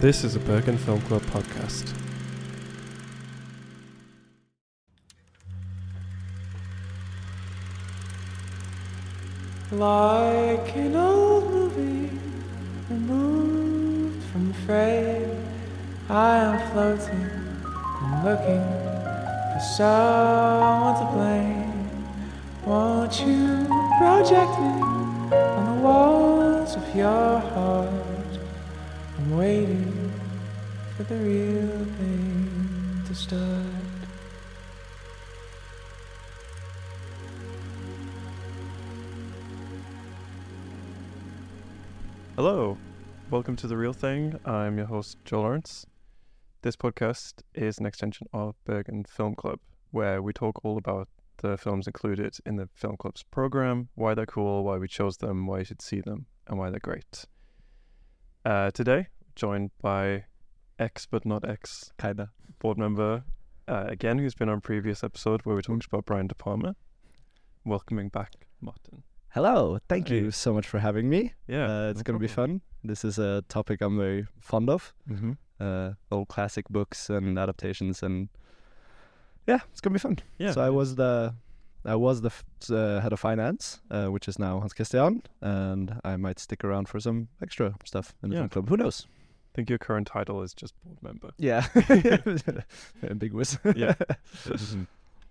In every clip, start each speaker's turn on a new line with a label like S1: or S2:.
S1: This is a Bergen Film Club podcast.
S2: Like an old movie removed from frame, I am floating and looking for someone to blame. Won't you project me on the walls of your heart? I'm waiting for the real thing to start.
S1: Hello, welcome to The Real Thing. I'm your host, Joel Lawrence. This podcast is an extension of Bergen Film Club, where we talk all about the films included in the Film Club's program, why they're cool, why we chose them, why you should see them, and why they're great. Uh, today, joined by ex but not ex
S3: Kinda.
S1: board member, uh, again, who's been on a previous episode where we talked about Brian De Palma. Welcoming back, Martin.
S3: Hello. Thank
S1: Hey.
S3: you so much for having me.
S1: Yeah,
S3: uh, it's going to be fun. This is a topic I'm very fond of.
S1: Mm-hmm.
S3: Uh, old classic books and adaptations, and yeah, it's going to be fun.
S1: Yeah.
S3: So I was the, I was the f- uh, head of finance, uh, which is now Hans Christian, and I might stick around for some extra stuff in the
S1: Yeah.
S3: film club. Who knows?
S1: I think your current title is just board member.
S3: Yeah. A Big whiz.
S1: Yeah.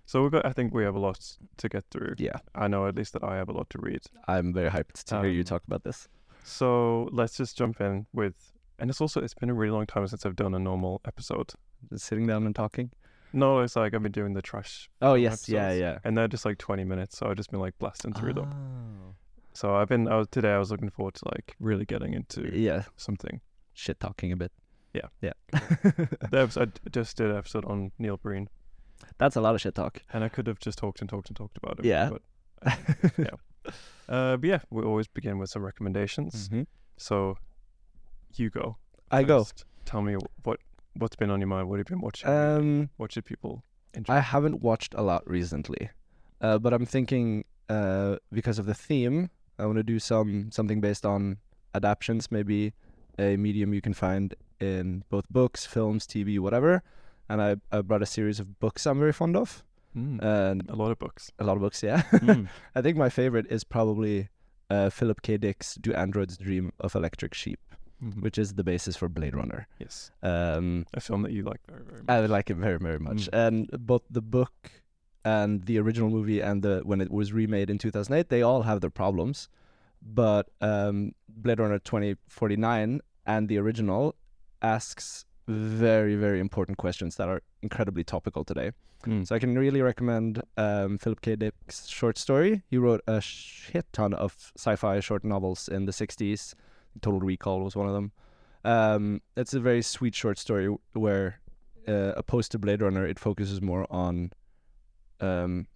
S1: so we've got. I think we have a lot to get through.
S3: yeah.
S1: I know at least that I have a lot to read.
S3: I'm very hyped to hear you
S1: Um,
S3: talk about this.
S1: So let's just jump in with. And it's also it's been a really long time since I've done a normal episode.
S3: Sitting down and talking.
S1: No, it's like I've been doing the trash,
S3: Oh yes. Yeah.
S1: episodes.
S3: Yeah.
S1: and they're just like twenty minutes. So I've just been like blasting through them.
S3: Oh.
S1: So I've been. I was today. I was looking forward to like really getting into
S3: Yeah.
S1: something.
S3: shit talking a bit.
S1: Yeah.
S3: Yeah.
S1: The episode, I just did an episode on Neil Breen,
S3: That's a lot of shit talk.
S1: and I could have just talked and talked and talked about it.
S3: Yeah.
S1: But uh, but yeah, we always begin with some
S3: Mm-hmm.
S1: recommendations. So you go.
S3: I go.
S1: first. Tell me wh- what what's been on your mind. What have you been watching?
S3: Um,
S1: what should people enjoy?
S3: I haven't watched a lot recently, uh, but I'm thinking uh, because of the theme, I want to do some something based on adaptions, maybe a medium you can find in both books, films, TV, whatever. And I, I brought a series of books I'm very fond of,
S1: Mm,
S3: and
S1: a lot of books.
S3: a lot of books. Yeah,
S1: Mm.
S3: I think my favorite is probably uh, Philip K. Dick's "Do Androids Dream of Electric Sheep."
S1: Mhm.
S3: which is the basis for Blade Runner.
S1: yes,
S3: Um,
S1: a film that you like very very much.
S3: I would like it very, very much. And both the book and the original movie and the when it was remade in 2008, they all have their problems. But um, Blade Runner 2049 and the original asks very, very important questions that are incredibly topical today.
S1: Mm.
S3: So I can really recommend um, Philip K. Dick's short story. He wrote a shit ton of sci-fi short novels in the '60s. Total Recall was one of them. Um, it's a very sweet short story w- where, uh, opposed to Blade Runner, it focuses more on, um,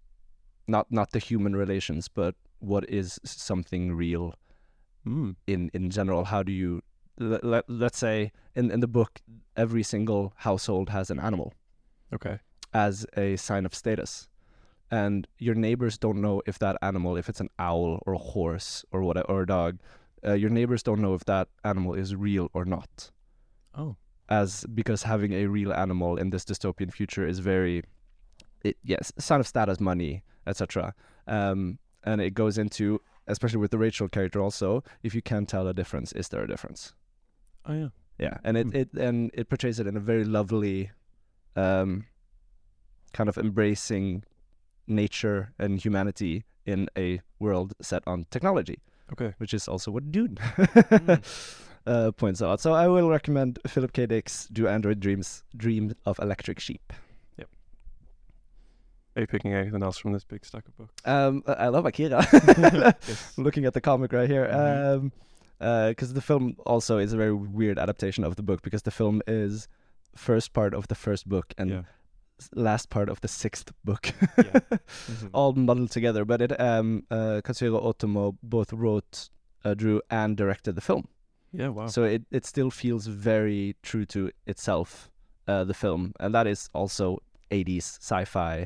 S3: not not the human relations, but what is something real
S1: Mm,
S3: in in general how do you let, let, let's say in, in the book every single household has an animal
S1: Okay.
S3: as a sign of status and your neighbors don't know if that animal if it's an owl or a horse or what or a dog uh, your neighbors don't know if that animal is real or not
S1: Oh.
S3: as because having a real animal in this dystopian future is very it yes sign of status money etc um and it goes into especially with the rachel character also if you can tell a difference is there a difference
S1: Oh yeah.
S3: yeah and it,
S1: Hmm.
S3: it and it portrays it in a very lovely um kind of embracing nature and humanity in a world set on technology
S1: Okay.
S3: which is also what Dune
S1: Mm.
S3: uh, points out. So I will recommend Philip K. Dick's "Do Android Dreams Dream of Electric Sheep."
S1: Are you picking anything else from this big stack of books?
S3: Um, I I love Akira.
S1: yes.
S3: Looking at the comic right here,
S1: Mhm.
S3: because um, uh 'cause the film also is a very weird adaptation of the book because the film is first part of the first book and
S1: Yeah.
S3: s- last part of the sixth book.
S1: Yeah. Mhm.
S3: all muddled together. But it, um, uh, Katsuhiro Otomo both wrote, uh, drew, and directed the film.
S1: Yeah. Wow.
S3: So it, it still feels very true to itself, uh, the film. And that is also 80s sci fi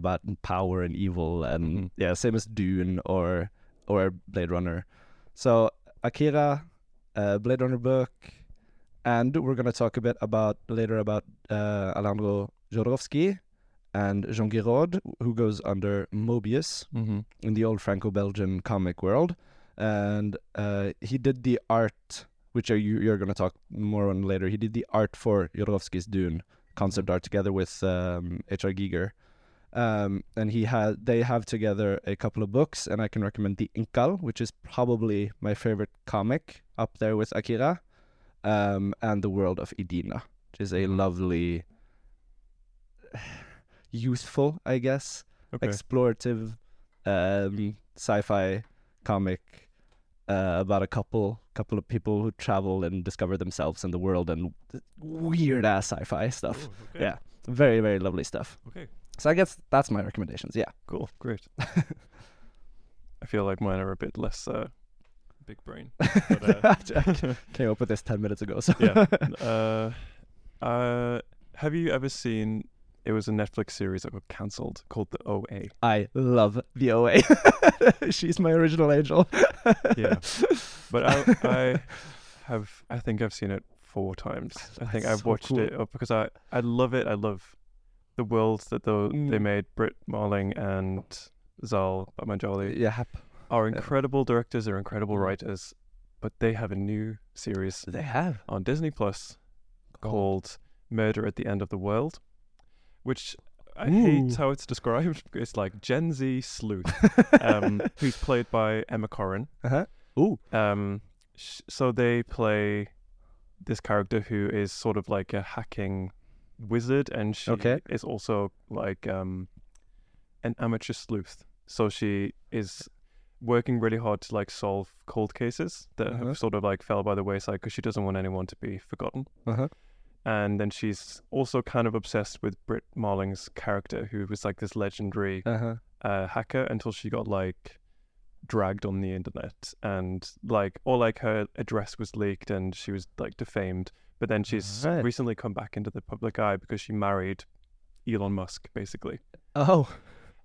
S3: about power and evil. And
S1: Mhm.
S3: yeah, same as Dune or, or Blade Runner. So Akira, uh, Blade Runner book, And we're going to talk a bit about later about uh, Alejandro Jodorowsky and Jean Giraud, who goes under Mobius
S1: Mm-hmm.
S3: in the old Franco-Belgian comic world, and uh, he did the art, which are you, you're going to talk more on later. He did the art for Jodorowsky's Dune concept art together with um, H.R. Giger, um, and he had they have together a couple of books, and I can recommend the Inkal, which is probably my favorite comic up there with Akira, um, and the World of Idina, which is a lovely. Useful, I guess,
S1: Okay.
S3: explorative um, sci-fi comic uh, about a couple couple of people who travel and discover themselves and the world and weird ass sci-fi stuff.
S1: okay.
S3: Yeah, very very lovely stuff.
S1: Okay.
S3: So I guess that's my recommendations. Yeah,
S1: Cool. Great. I feel like mine are a bit less uh, big brain. But, uh,
S3: came up with this ten minutes ago. So
S1: yeah. Uh, uh, have you ever seen? It was a Netflix series that got cancelled called The OA.
S3: I love the OA. She's my original angel.
S1: Yeah, but I, I have. I think I've seen it four times. I think I've
S3: That's so
S1: watched
S3: cool.
S1: it uh, because I, I love it. I love the worlds that tho- they
S3: Mm.
S1: made. Britt Marling and Zal Batmanjali
S3: Yeah, Mm. hap-
S1: are
S3: Yeah.
S1: incredible directors. They're incredible writers, but they have a new series
S3: they have.
S1: on Disney Plus called Murder at the End of the World, which I hate
S3: Ooh.
S1: how it's described. It's like Gen Z sleuth, um, who's played by Emma Corrin.
S3: Uh-huh. Ooh.
S1: Um, sh- so they play this character who is sort of like a hacking wizard, and she
S3: Okay.
S1: is also like um, an amateur sleuth. So she is working really hard to like solve cold cases that
S3: Uh-huh.
S1: have sort of like fell by the wayside because she doesn't want anyone to be forgotten.
S3: Uh-huh.
S1: And then she's also kind of obsessed with Britt Marling's character, who was like this legendary
S3: Uh-huh.
S1: uh, hacker until she got like dragged on the internet and like or like her address was leaked and she was like defamed but then she's
S3: Right.
S1: recently come back into the public eye because she married Elon Musk basically
S3: Oh.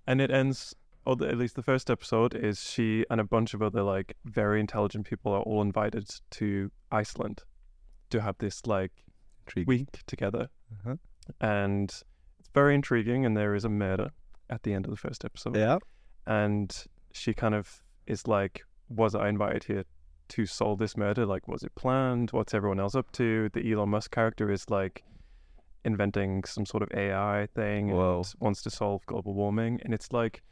S1: and it ends or the, at least the first episode is she and a bunch of other like very intelligent people are all invited to Iceland to have this like
S3: Intriguing.
S1: week together
S3: Uh-huh.
S1: and it's very intriguing and there is a murder at the end of the first episode
S3: Yeah.
S1: and she kind of is like, "Was I invited here to solve this murder? Like, was it planned? What's everyone else up to?" The Elon Musk character is like inventing some sort of AI thing
S3: Whoa.
S1: and wants to solve global warming, and it's like.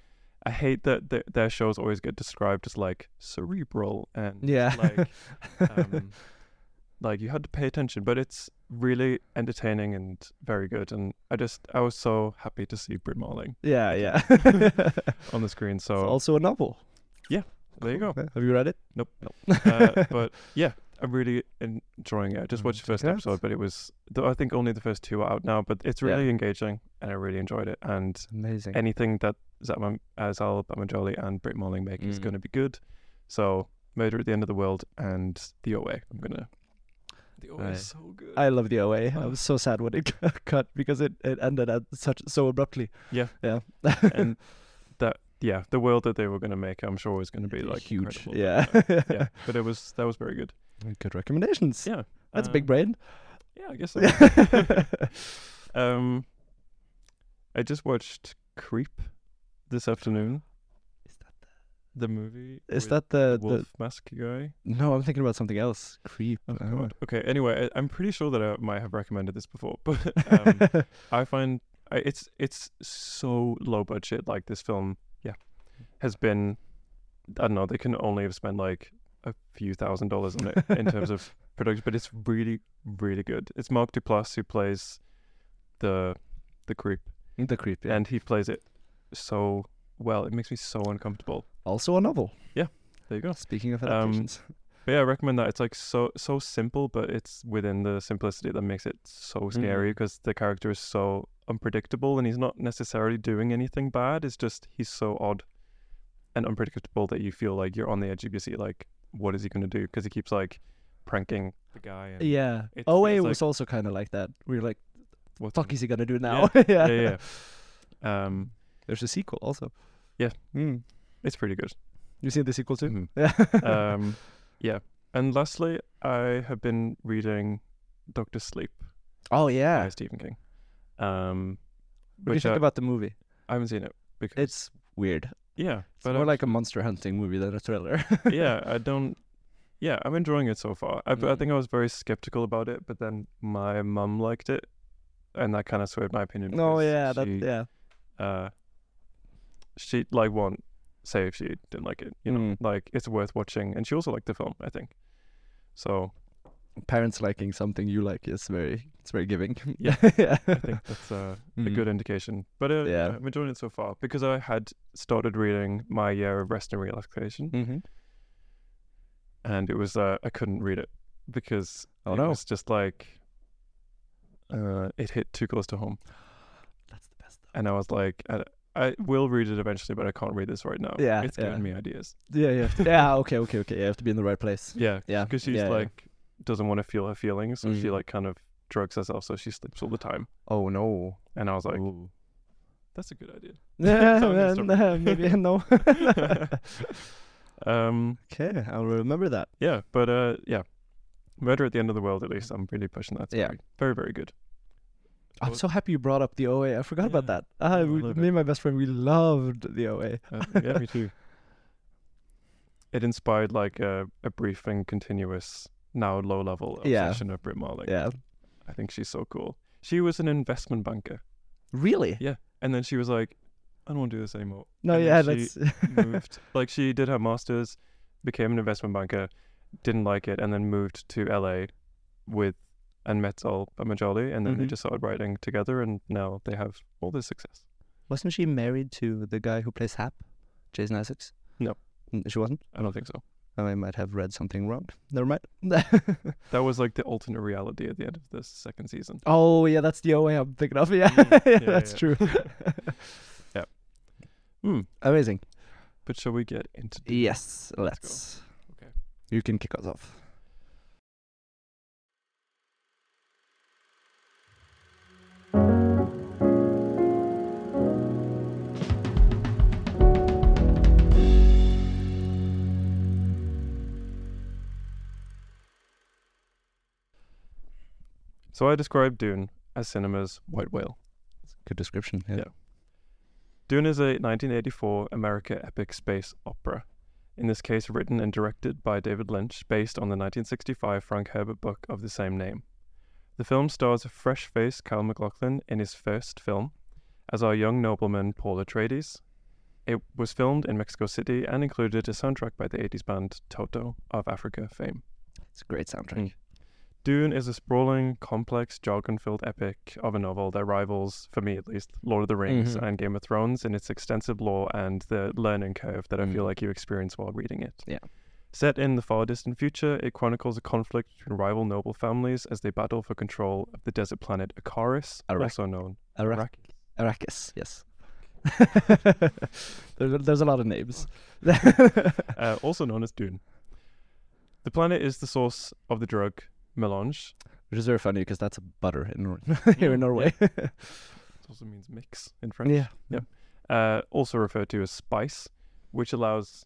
S1: I hate that th- their shows always get described as like cerebral and
S3: Yeah.
S1: like um, like you had to pay attention, but it's really entertaining and very good. And I just I was so happy to see Britt Marling
S3: yeah, yeah.
S1: on the screen. So
S3: It's also a novel.
S1: there you go.
S3: Have you read it?
S1: Nope.
S3: Nope.
S1: uh, but yeah, I'm really enjoying it. I just
S3: Mm,
S1: watched the first
S3: congrats.
S1: episode, but it was th- I think only the first two are out now. But it's
S3: Yeah.
S1: really engaging, and I really enjoyed it. And
S3: amazing.
S1: anything that uh, Zatman as Al Bamajoli and Britt Marling make is
S3: Mm.
S1: going to be good. So Murder at the End of the World and The OA. I'm gonna. The OA
S3: Right.
S1: is so good.
S3: I love the OA. I
S1: Oh.
S3: was so sad when it got cut because it, it ended at such so abruptly.
S1: Yeah.
S3: Yeah.
S1: and that yeah, the world that they were going to make, I'm sure, is going to be like
S3: huge.
S1: incredible,
S3: Yeah.
S1: But, uh, yeah, but it was that was very good.
S3: Good recommendations.
S1: Yeah,
S3: That's a big
S1: Um,
S3: brain.
S1: Yeah, I guess so.
S3: oh
S1: Um, I just watched Creep this afternoon.
S3: Is that
S1: the movie?
S3: Is
S1: with
S3: that
S1: the
S3: the, the
S1: wolf mask guy?
S3: No, I'm thinking about something else. Creep. Oh. I don't
S1: God. Okay. Anyway, I, I'm pretty sure that I might have recommended this before, but um,
S3: know.
S1: I find I, it's it's so low budget. Like this film, yeah, has been. I don't know. They can only have spent like a few thousand dollars on it in terms of production, but it's really, really good. It's Mark Duplass who plays the the creep.
S3: the creep. Yeah.
S1: and he plays it so well. It makes me so uncomfortable.
S3: also a novel.
S1: There you go.
S3: Speaking of
S1: Um,
S3: adaptations.
S1: But yeah, I recommend that. It's like so so simple, but it's within the simplicity that makes it so scary
S3: Mm.
S1: because the character is so unpredictable and he's not necessarily doing anything bad. It's just he's so odd and unpredictable that you feel like you're on the edge of your seat. Like, what is he going to do? Because he keeps like pranking the guy. And
S3: yeah.
S1: it
S3: OA
S1: feels like-
S3: was also kind of like that. We were like,
S1: what's
S3: fuck
S1: gonna-
S3: is he going to do now?
S1: Yeah, yeah. yeah. Um,
S3: There's a sequel also.
S1: Yeah.
S3: Mm.
S1: it's pretty good.
S3: You seen the sequel too?
S1: Mhm.
S3: Yeah.
S1: um, yeah. And lastly, I have been reading Doctor Sleep
S3: Oh
S1: by
S3: yeah.
S1: Stephen King. Um,
S3: What do you
S1: which
S3: think
S1: I,
S3: about the movie?
S1: I haven't seen it because
S3: It's weird.
S1: yeah,
S3: It's
S1: but
S3: more
S1: I-
S3: like a monster hunting movie than a thriller.
S1: yeah, I don't. Yeah, I'm enjoying it so far. I,
S3: Mm-hmm.
S1: I think I was very skeptical about it, but then my mum liked it, and that kind of swayed my opinion.
S3: no,
S1: because
S3: Oh, yeah, that
S1: she,
S3: yeah.
S1: uh, she like won't say if she didn't like it. You know,
S3: Mm.
S1: like it's worth watching, and she also liked the film. I think. So
S3: Parents liking something you like is very it's very giving.
S1: Yeah,
S3: yeah. Hmm.
S1: I think that's uh, a good indication. But uh,
S3: Mm-hmm. Yeah.
S1: I'm enjoying it so far because I had started reading my year of rest and relaxation,
S3: Mm-hmm.
S1: and it was uh, I couldn't read it because
S3: Oh
S1: it
S3: no.
S1: was just like uh, it hit too close to home,
S3: That's the best.
S1: and I was like, I, I will read it eventually, but I can't read this right now.
S3: Yeah,
S1: it's
S3: yeah.
S1: giving me ideas.
S3: Yeah, you have to, yeah. Okay, okay, okay. You have to be in the right place.
S1: Yeah,
S3: Yeah,
S1: because she's
S3: yeah, yeah.
S1: like doesn't want to feel her feelings, so she
S3: Mm.
S1: like kind of drugs herself, so she sleeps all the time.
S3: Oh no.
S1: And I was like,
S3: Ooh.
S1: that's a good idea.
S3: Yeah,
S1: Sounds
S3: man,
S1: disturbing.
S3: yeah, maybe no.
S1: Um,
S3: okay, I'll remember that.
S1: Yeah, but uh, yeah, Murder at the End of the World. At least I'm really pushing that. It's
S3: Yeah.
S1: very- very very good.
S3: I'm
S1: Well-
S3: so happy you brought up the OA. I forgot about
S1: Yeah,
S3: that. Ah,
S1: I
S3: we,
S1: love
S3: me and my best friend, we loved the OA.
S1: Uh, yeah, me too. It inspired like a, a brief and continuous, now low level
S3: Yeah.
S1: obsession of Britt Marling.
S3: Yeah.
S1: I think she's so cool. She was an investment banker,
S3: Really?
S1: Yeah. and then she was like, I don't want to do this anymore.
S3: No,
S1: And
S3: yeah,
S1: then she
S3: that's
S1: moved. Like she did her masters, became an investment banker, didn't like it, and then moved to LA with and met Al Bamajali, and then they
S3: Mhm.
S1: just started writing together, and now they have all this success.
S3: Wasn't she married to the guy who plays Hap, Jason Isaacs?
S1: No.
S3: N- she wasn't.
S1: I don't think so.
S3: Oh, I might have read something wrong. Never mind.
S1: That was like the alternate reality at the end of the second season.
S3: oh yeah, that's the OA I'm thinking of. Yeah,
S1: Mm, yeah,
S3: that's
S1: yeah.
S3: true.
S1: Yeah. Hmm.
S3: Amazing.
S1: But shall we get into?
S3: Yes,
S1: Let's
S3: let's.
S1: go. Okay.
S3: You can kick us off.
S1: So I described Dune as cinema's white whale.
S3: Good description.
S1: Yeah. Dune is a 1984 America epic space opera. In this case, written and directed by David Lynch, based on the 1965 Frank Herbert book of the same name. The film stars a fresh faced Kyle MacLachlan in his first film as our young nobleman Paul Atreides. It was filmed in Mexico City and included a soundtrack by the 80s band Toto of Africa fame.
S3: It's a great soundtrack.
S1: Dune is a sprawling, complex, jargon filled epic of a novel that rivals, for me at least, Lord of the Rings
S3: Mhm.
S1: and Game of Thrones in its extensive lore and the learning curve that I feel
S3: Mm.
S1: like you experience while reading it.
S3: Yeah.
S1: Set in the far distant future, it chronicles a conflict between rival noble families as they battle for control of the desert planet Akaris,
S3: Arrak-
S1: also known
S3: Arrak-
S1: Arrakis.
S3: Arrakis. Yes. there's, a- there's a lot of names.
S1: uh, also known as Dune. The planet is the source of the drug melange,
S3: Which is very funny because that's a butter in Nor- here in
S1: Mm,
S3: Norway.
S1: which also means mix in French.
S3: yeah.
S1: uh, also referred to as spice, which allows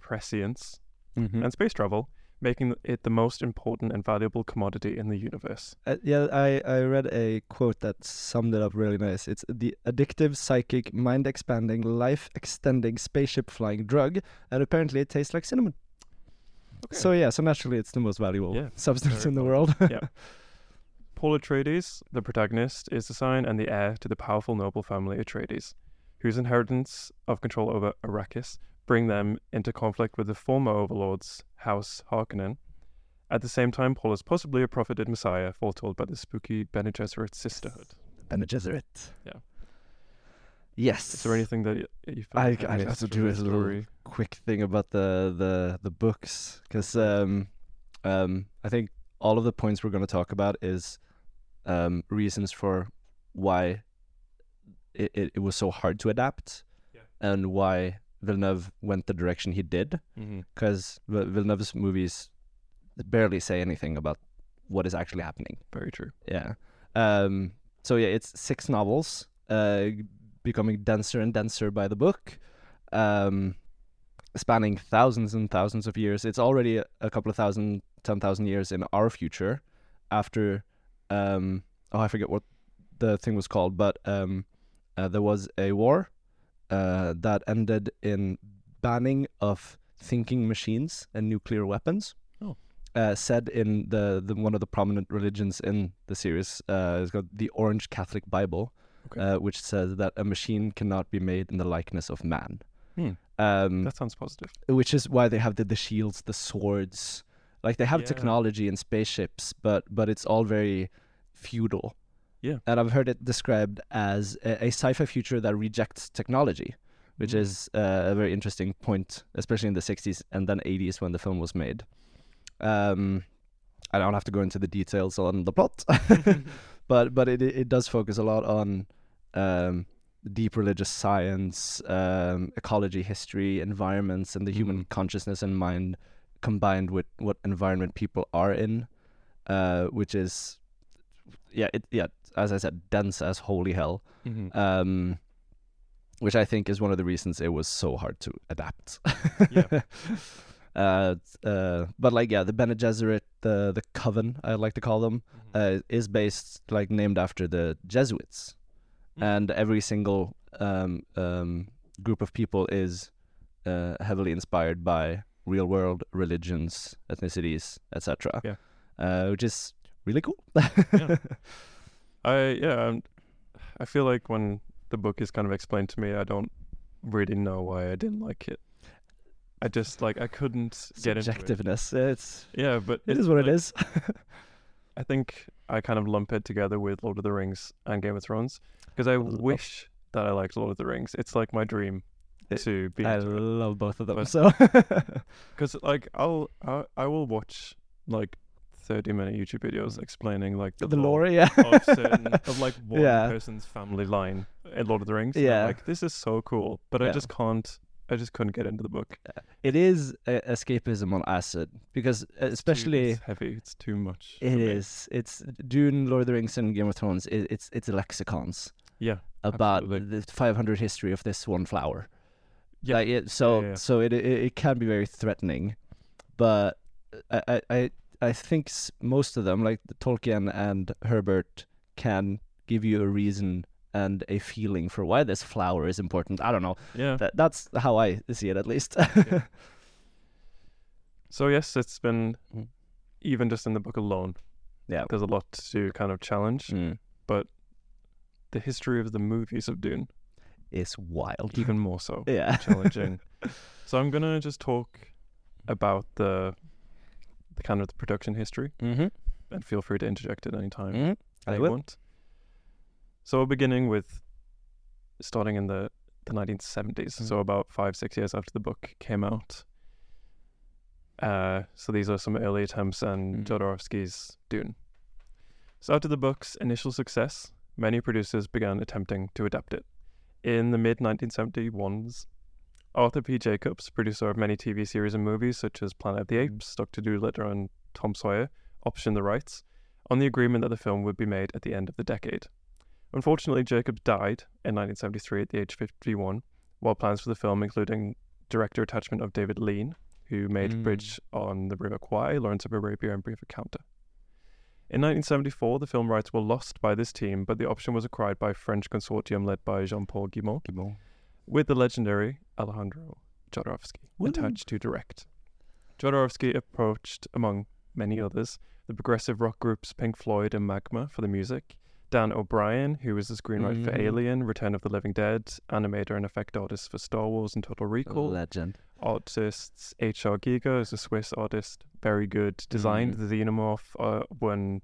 S1: prescience
S3: Mhm.
S1: and space travel, making it the most important and valuable commodity in the universe.
S3: Uh, yeah, I, I read a quote that summed it up really nice. It's the addictive, psychic, mind expanding, life extending spaceship flying drug, and apparently it tastes like cinnamon. So, yeah, so naturally it's the most valuable
S1: Yeah,
S3: substance
S1: very
S3: in the
S1: valuable.
S3: world.
S1: Yeah. Paul Atreides, the protagonist, is the son and the heir to the powerful noble family Atreides, whose inheritance of control over Arrakis bring them into conflict with the former overlords, House Harkonnen. At the same time, Paul is possibly a propheted messiah foretold by the spooky Bene Gesserit sisterhood.
S3: Bene Gesserit.
S1: Yeah.
S3: Yes.
S1: Is there anything that you, you
S3: I-
S1: felt
S3: I
S1: missed
S3: also
S1: from
S3: do
S1: the
S3: a little-
S1: story?
S3: quick thing about the the the books because um, um, I think all of the points we're going to talk about is um, reasons for why it, it, it was so hard to adapt
S1: Yeah.
S3: and why Villeneuve went the direction he did
S1: Mhm.
S3: because Villeneuve's movies barely say anything about what is actually happening.
S1: Very true.
S3: Yeah. Um, so yeah, it's six novels, uh, becoming denser and denser by the book, um, spanning thousands and thousands of years. It's already a, a couple of thousand, ten thousand years in our future, after um, oh, I forget what the thing was called, but um, uh, there was a war uh, that ended in banning of thinking machines and nuclear weapons.
S4: Oh.
S3: Uh, said in the, the one of the prominent religions in the series uh, is called the Orange Catholic Bible,
S4: Okay.
S3: uh, which says that a machine cannot be made in the likeness of man.
S4: Hmm.
S3: Um,
S1: That sounds positive.
S3: which is why they have the, the shields, the swords. Like they have
S1: Yeah.
S3: technology and spaceships, but but it's all very feudal.
S4: Yeah.
S3: And I've heard it described as a, a sci-fi future that rejects technology, which is uh, a very interesting point, especially in the 60s and then 80s when the film was made. Um, I don't have to go into the details on the plot, but but it it does focus a lot on um, deep religious science, um, ecology, history, environments, and the human consciousness and mind combined with what environment people are in, uh, which is yeah it yeah as I said dense as holy hell,
S4: Mhm.
S1: Uh,
S3: um, which I think is one of the reasons it was so hard to adapt.
S4: Yeah.
S3: Uh, uh, but like yeah, the Bene Gesserit, the the coven I like to call them,
S1: Mm-hmm.
S3: uh, is based like named after the Jesuits,
S4: Mm.
S3: and every single um, um, group of people is uh, heavily inspired by real world religions, ethnicities, etc.
S1: Yeah.
S3: uh, which is really cool.
S1: I yeah, um, I feel like when the book is kind of explained to me, I don't really know why I didn't like it. I just like I couldn't get into it.
S3: Subjectiveness. It's
S1: Yeah, but
S3: it
S1: it's
S3: is what it
S1: like-
S3: is.
S1: I think I kind of lump it together with Lord of the Rings and Game of Thrones because I
S3: love-
S1: wish that I liked Lord of the Rings. It's like my dream
S3: It-
S1: to be
S3: I love both of them.
S1: But-
S3: so
S1: because like I'll I, I will watch like thirty minute YouTube videos explaining like
S3: Mm. the lore, yeah.
S1: of certain of like one
S3: Yeah.
S1: person's family line in Lord of the Rings. and I'm
S3: Yeah.
S1: like this is so cool, but I
S3: Yeah.
S1: just can't. I just couldn't get into the book.
S3: it is uh, escapism on acid because uh,
S1: It's too-
S3: especially.
S1: it's heavy. It's too much. for
S3: It
S1: me.
S3: is. It's Dune, Lord of the Rings, and Game of Thrones. It, it's it's lexicons
S1: Yeah,
S3: about
S1: absolutely.
S3: the 500 history of this one flower.
S1: Yeah.
S3: Like it, so
S1: yeah, yeah.
S3: so it, it it can be very threatening, but I I I, I think s- most of them, like Tolkien and Herbert, can give you a reason and a feeling for why this flower is important. I don't know.
S1: yeah.
S3: That, that's how I see it, at least.
S1: So yes, it's been
S3: Mm.
S1: even just in the book alone.
S3: Yeah.
S1: there's a lot to kind of challenge.
S3: Mm.
S1: The history of the movies of Dune,
S3: It's wild.
S1: even more so
S3: Yeah.
S1: challenging. so I'm gonna just talk about the the kind of the production history,
S3: Mm-hmm.
S1: and feel free to interject at any time.
S3: hmm I
S1: they
S3: will.
S1: want. So we're beginning with starting in the, the 1970s,
S3: Mm-hmm.
S1: so about five, six years after the book came out. Uh, so these are some early attempts and
S3: Mhm.
S1: Jodorowsky's Dune. So after the book's initial success, many producers began attempting to adapt it. In the mid 1971s, Arthur P. Jacobs, producer of many TV series and movies such as Planet of the
S3: Mhm.
S1: Apes, Doctor Doolittle, and Tom Sawyer, optioned the rights on the agreement that the film would be made at the end of the decade. Unfortunately, Jacobs died in 1973 at the age of 51, while plans for the film, including director attachment of David Lean, who made
S3: Mm.
S1: Bridge on the River Kwai, Lawrence of Arabia, and Brief Encounter. In 1974, the film rights were lost by this team, but the option was acquired by a French consortium led by Jean-Paul Guimont, with the legendary Alejandro Jodorowsky
S3: Woo.
S1: attached to direct. Jodorowsky approached, among many others, the progressive rock groups Pink Floyd and Magma for the music, Dan O'Brien, who was the screenwriter for
S3: Mhm.
S1: Alien, Return of the Living Dead, animator and effect artist for Star Wars and Total Recall,
S3: Legend.
S1: artists H.R. Giger is a Swiss artist, very good, designed
S3: Mm.
S1: the Xenomorph, uh, won,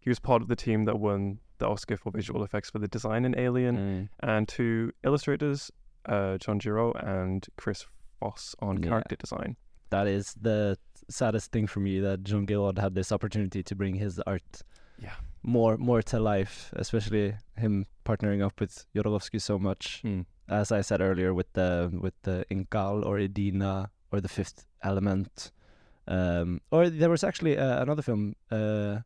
S1: he was part of the team that won the Oscar for visual effects for the design in Alien,
S3: Mm.
S1: and two illustrators, uh, John Giro and Chris Foss on
S3: Yeah.
S1: character design.
S3: That is the saddest thing for me that John Gillard had this opportunity to bring his art
S1: Yeah.
S3: more more to life, especially him partnering up with Jodorowsky so much. As I said earlier, with the with the Inkal or Edina or the Fifth Element, um, or there was actually uh, another film uh,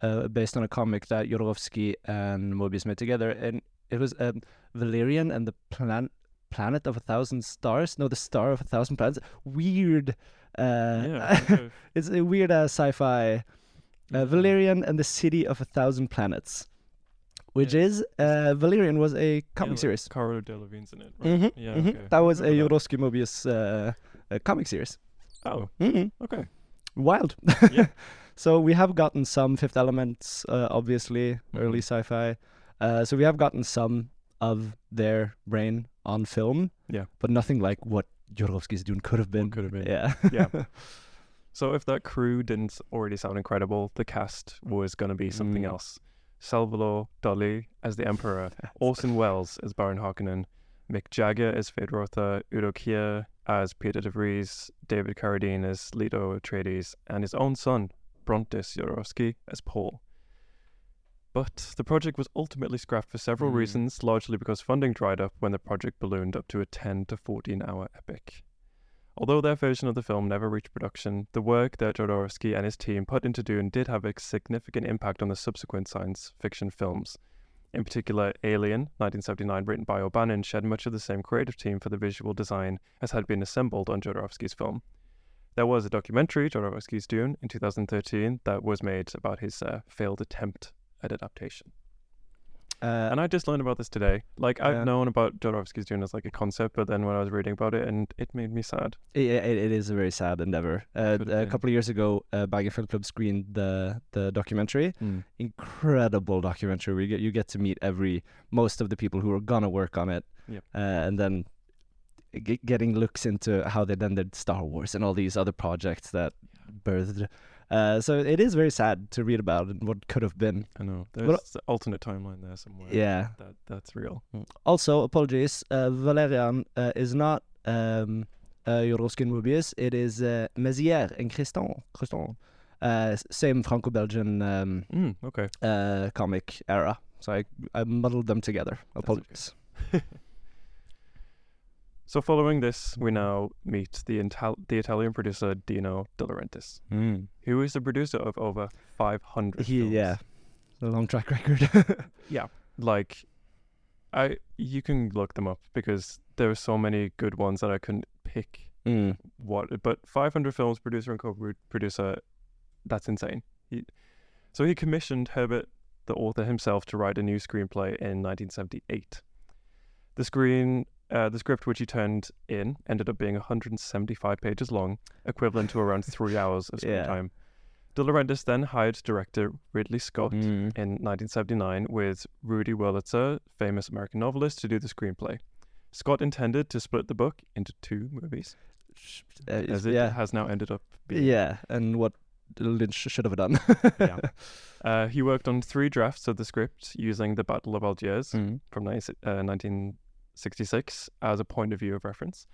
S3: uh, based on a comic that Jodorowsky and Mobius made together, and it was um, Valerian and the Plan- Planet of a Thousand Stars. No, the Star of a Thousand Planets. Weird. Uh,
S1: Yeah, I think I've-
S3: it's a weird uh, sci-fi uh, Valerian and the City of a Thousand Planets, which
S1: Yeah.
S3: is uh, Valerian was a comic
S1: like
S3: series.
S1: Caro Delevingne's in it, right?
S3: hmm
S1: Yeah, okay.
S3: That was a
S1: Remember that.
S3: Jodorowsky Mobius uh, uh, comic series.
S1: Oh,
S3: hmm
S1: okay.
S3: Wild.
S1: Yeah.
S3: so we have gotten some Fifth Elements, uh, obviously, early
S1: Mhm.
S3: sci-fi. Uh, so we have gotten some of their brain on film.
S1: Yeah.
S3: But nothing like what Jodorowsky's doing could have been.
S1: could have been.
S3: Yeah.
S1: Yeah. So if that crew didn't already sound incredible, the cast was going to be something
S3: Mm.
S1: else. Salvador Dali as the Emperor, Orson Welles as Baron Harkonnen, Mick Jagger as Fedorotha, Udo Kier as Peter DeVries, David Carradine as Leto Atreides, and his own son, Brontis Jodorowsky, as Paul. But the project was ultimately scrapped for several
S3: Mm.
S1: reasons, largely because funding dried up when the project ballooned up to a 10 to 14 hour epic. Although their version of the film never reached production, the work that Jodorowsky and his team put into Dune did have a significant impact on the subsequent science fiction films. In particular, Alien, 1979, written by O'Bannon, shared much of the same creative team for the visual design as had been assembled on Jodorowsky's film. There was a documentary, Jodorowsky's Dune, in 2013 that was made about his uh, failed attempt at adaptation.
S3: Uh,
S1: And I just learned about this today. Like, I've
S3: Yeah.
S1: known about Jodorowsky's Dune as like a concept, but then when I was reading about it, and it made me sad.
S3: it, it, it is a very sad endeavor. Uh,
S1: Could have
S3: a
S1: been.
S3: couple of years ago, uh, Baggy Film Club screened the the documentary. incredible documentary where you get, you get to meet every most of the people who are gonna work on it
S1: Yep.
S3: uh, and then g- getting looks into how they then did star wars and all these other projects that birthed uh, so it is very sad to read about and what could have been
S1: I know. There's
S3: Well,
S1: an alternate timeline there somewhere.
S3: yeah
S1: That, that's real. Hmm.
S3: also apologies uh, valerian uh, is not um uh, Jodorowsky and Mobius. It is uh, Mézières and Christon. Christon. Uh, s- same Franco-Belgian um,
S1: Mm, okay.
S3: uh, comic era. So I, I muddled them together.
S1: okay.
S3: Apologies.
S1: So following this, we now meet the, Ital- the Italian producer Dino De Laurentiis,
S3: Mm.
S1: who is the producer of over 500
S3: He,
S1: films.
S3: yeah, a long track record.
S1: Like, I you can look them up because there are so many good ones that I couldn't pick
S3: Mm.
S1: what but 500 films producer and co-producer that's insane he, so he commissioned herbert the author himself to write a new screenplay in 1978 the screen uh, the script which he turned in ended up being 175 pages long equivalent to around three hours of screen
S3: Yeah.
S1: time de laurentiis then hired director ridley scott
S3: Mm.
S1: in 1979 with Rudy Wurlitzer, famous American novelist, to do the screenplay. Scott intended to split the book into two movies,
S3: Uh,
S1: as it
S3: yeah,
S1: has now ended up being.
S3: yeah, and what Lynch should have done.
S1: Yeah. Uh, he worked on three drafts of the script using the Battle of Algiers
S3: Mm.
S1: from 19, uh, 1966 as a point of view of reference,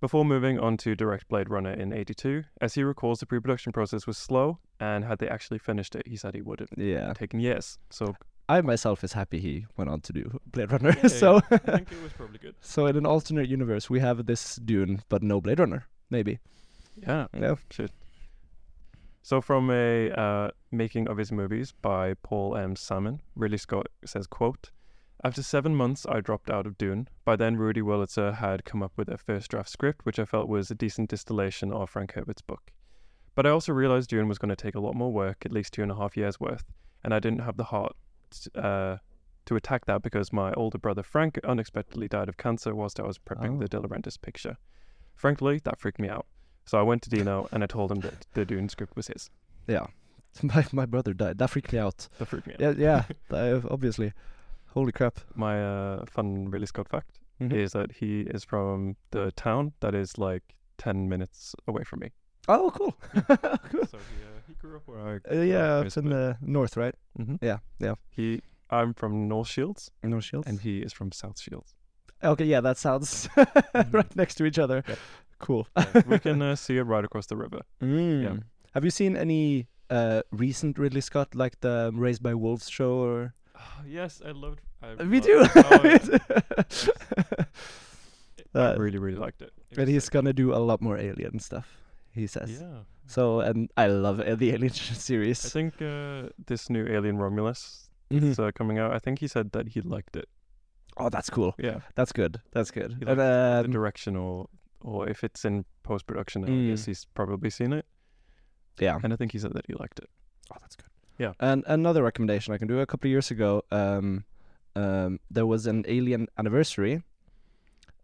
S1: before moving on to direct Blade Runner in 82. As he recalls, the pre production process was slow, and had they actually finished it, he said he would have
S3: Yeah,
S1: taken years. So
S3: I myself is happy he went on to do Blade Runner.
S1: Yeah, yeah,
S3: so,
S1: I think it was probably good.
S3: so in an alternate universe, we have this Dune, but no Blade Runner. Maybe.
S1: Yeah.
S3: Yeah.
S1: Shit. So from a uh, making of his movies by Paul M. Salmon, Ridley Scott says, quote, After seven months, I dropped out of Dune. By then, Rudy Wurlitzer had come up with a first draft script, which I felt was a decent distillation of Frank Herbert's book. But I also realized Dune was going to take a lot more work, at least two and a half years worth, and I didn't have the heart uh, to attack that because my older brother Frank unexpectedly died of cancer whilst I was prepping
S3: Oh.
S1: the De Laurentiis picture. Frankly, that freaked me out. So I went to Dino and I told him that the Dune script was his.
S3: Yeah. My my brother died. That freaked me out.
S1: That freaked me out.
S3: Yeah, yeah. I- obviously. Holy crap.
S1: My uh, fun Ridley Scott fact
S3: Mhm.
S1: is that he is from the town that is like 10 minutes away from me.
S3: Oh, cool. Cool.
S1: So he, uh, he grew up where I
S3: Uh, yeah,
S1: Right,
S3: it's in
S1: but-
S3: the north, right?
S1: Mhm.
S3: Yeah, yeah.
S1: He, I'm from North Shields
S3: North Shields.
S1: and he is from South Shields.
S3: okay, yeah, that sounds right next to each other.
S1: Mm-hmm. Yep.
S3: Cool.
S1: Yeah, we can uh, see it right across the river.
S3: Mm. Have you seen any uh, recent Ridley Scott, like the Raised by Wolves show? Or
S1: Ah, yes, I loved I
S3: Uh,
S1: oh,
S3: me too.
S1: I
S3: Uh,
S1: really, really liked it.
S3: and he's gonna do a lot more alien stuff. He says.
S1: Yeah.
S3: So, and I love uh, the Alien
S1: I
S3: series.
S1: think uh, this new Alien Romulus
S3: Mhm.
S1: is uh, coming out. I think he said that he liked it.
S3: Oh, that's cool.
S1: Yeah.
S3: That's good. That's good.
S1: He likes
S3: And,
S1: the
S3: um,
S1: direction or or if it's in post production, I guess
S3: Mm.
S1: he's probably seen it.
S3: yeah.
S1: And I think he said that he liked it.
S3: Oh, that's good.
S1: Yeah.
S3: And another recommendation I can do a couple of years ago, um, um, there was an Alien anniversary,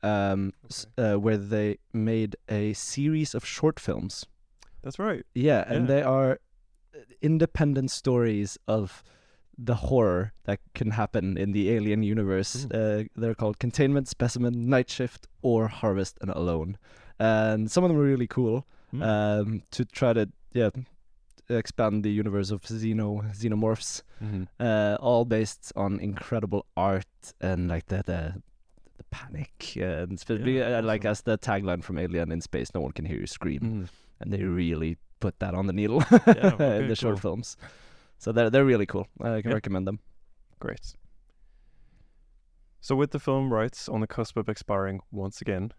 S3: um, s- uh, where they made a series of short films.
S1: That's right.
S3: Yeah, and
S1: Yeah.
S3: they are uh, independent stories of the horror that can happen in the alien
S1: Hmm.
S3: universe. Uh, they're called Containment, Specimen, Night Shift, or Harvest and Alone. And some of them are really cool
S1: Mm.
S3: um, to try to yeah expand the universe of xeno xenomorphs.
S1: Mhm.
S3: Uh, all based on incredible art and like the the, the panic and specifically
S1: Yeah,
S3: uh, like
S1: awesome.
S3: as the tagline from Alien in space, no one can hear you scream
S1: Mhm.
S3: and they really put that on the needle
S1: okay,
S3: in the short
S1: cool.
S3: films. So they're they're really cool. I can
S1: Yeah.
S3: recommend them.
S1: Great. So, with the film rights on the cusp of expiring once again,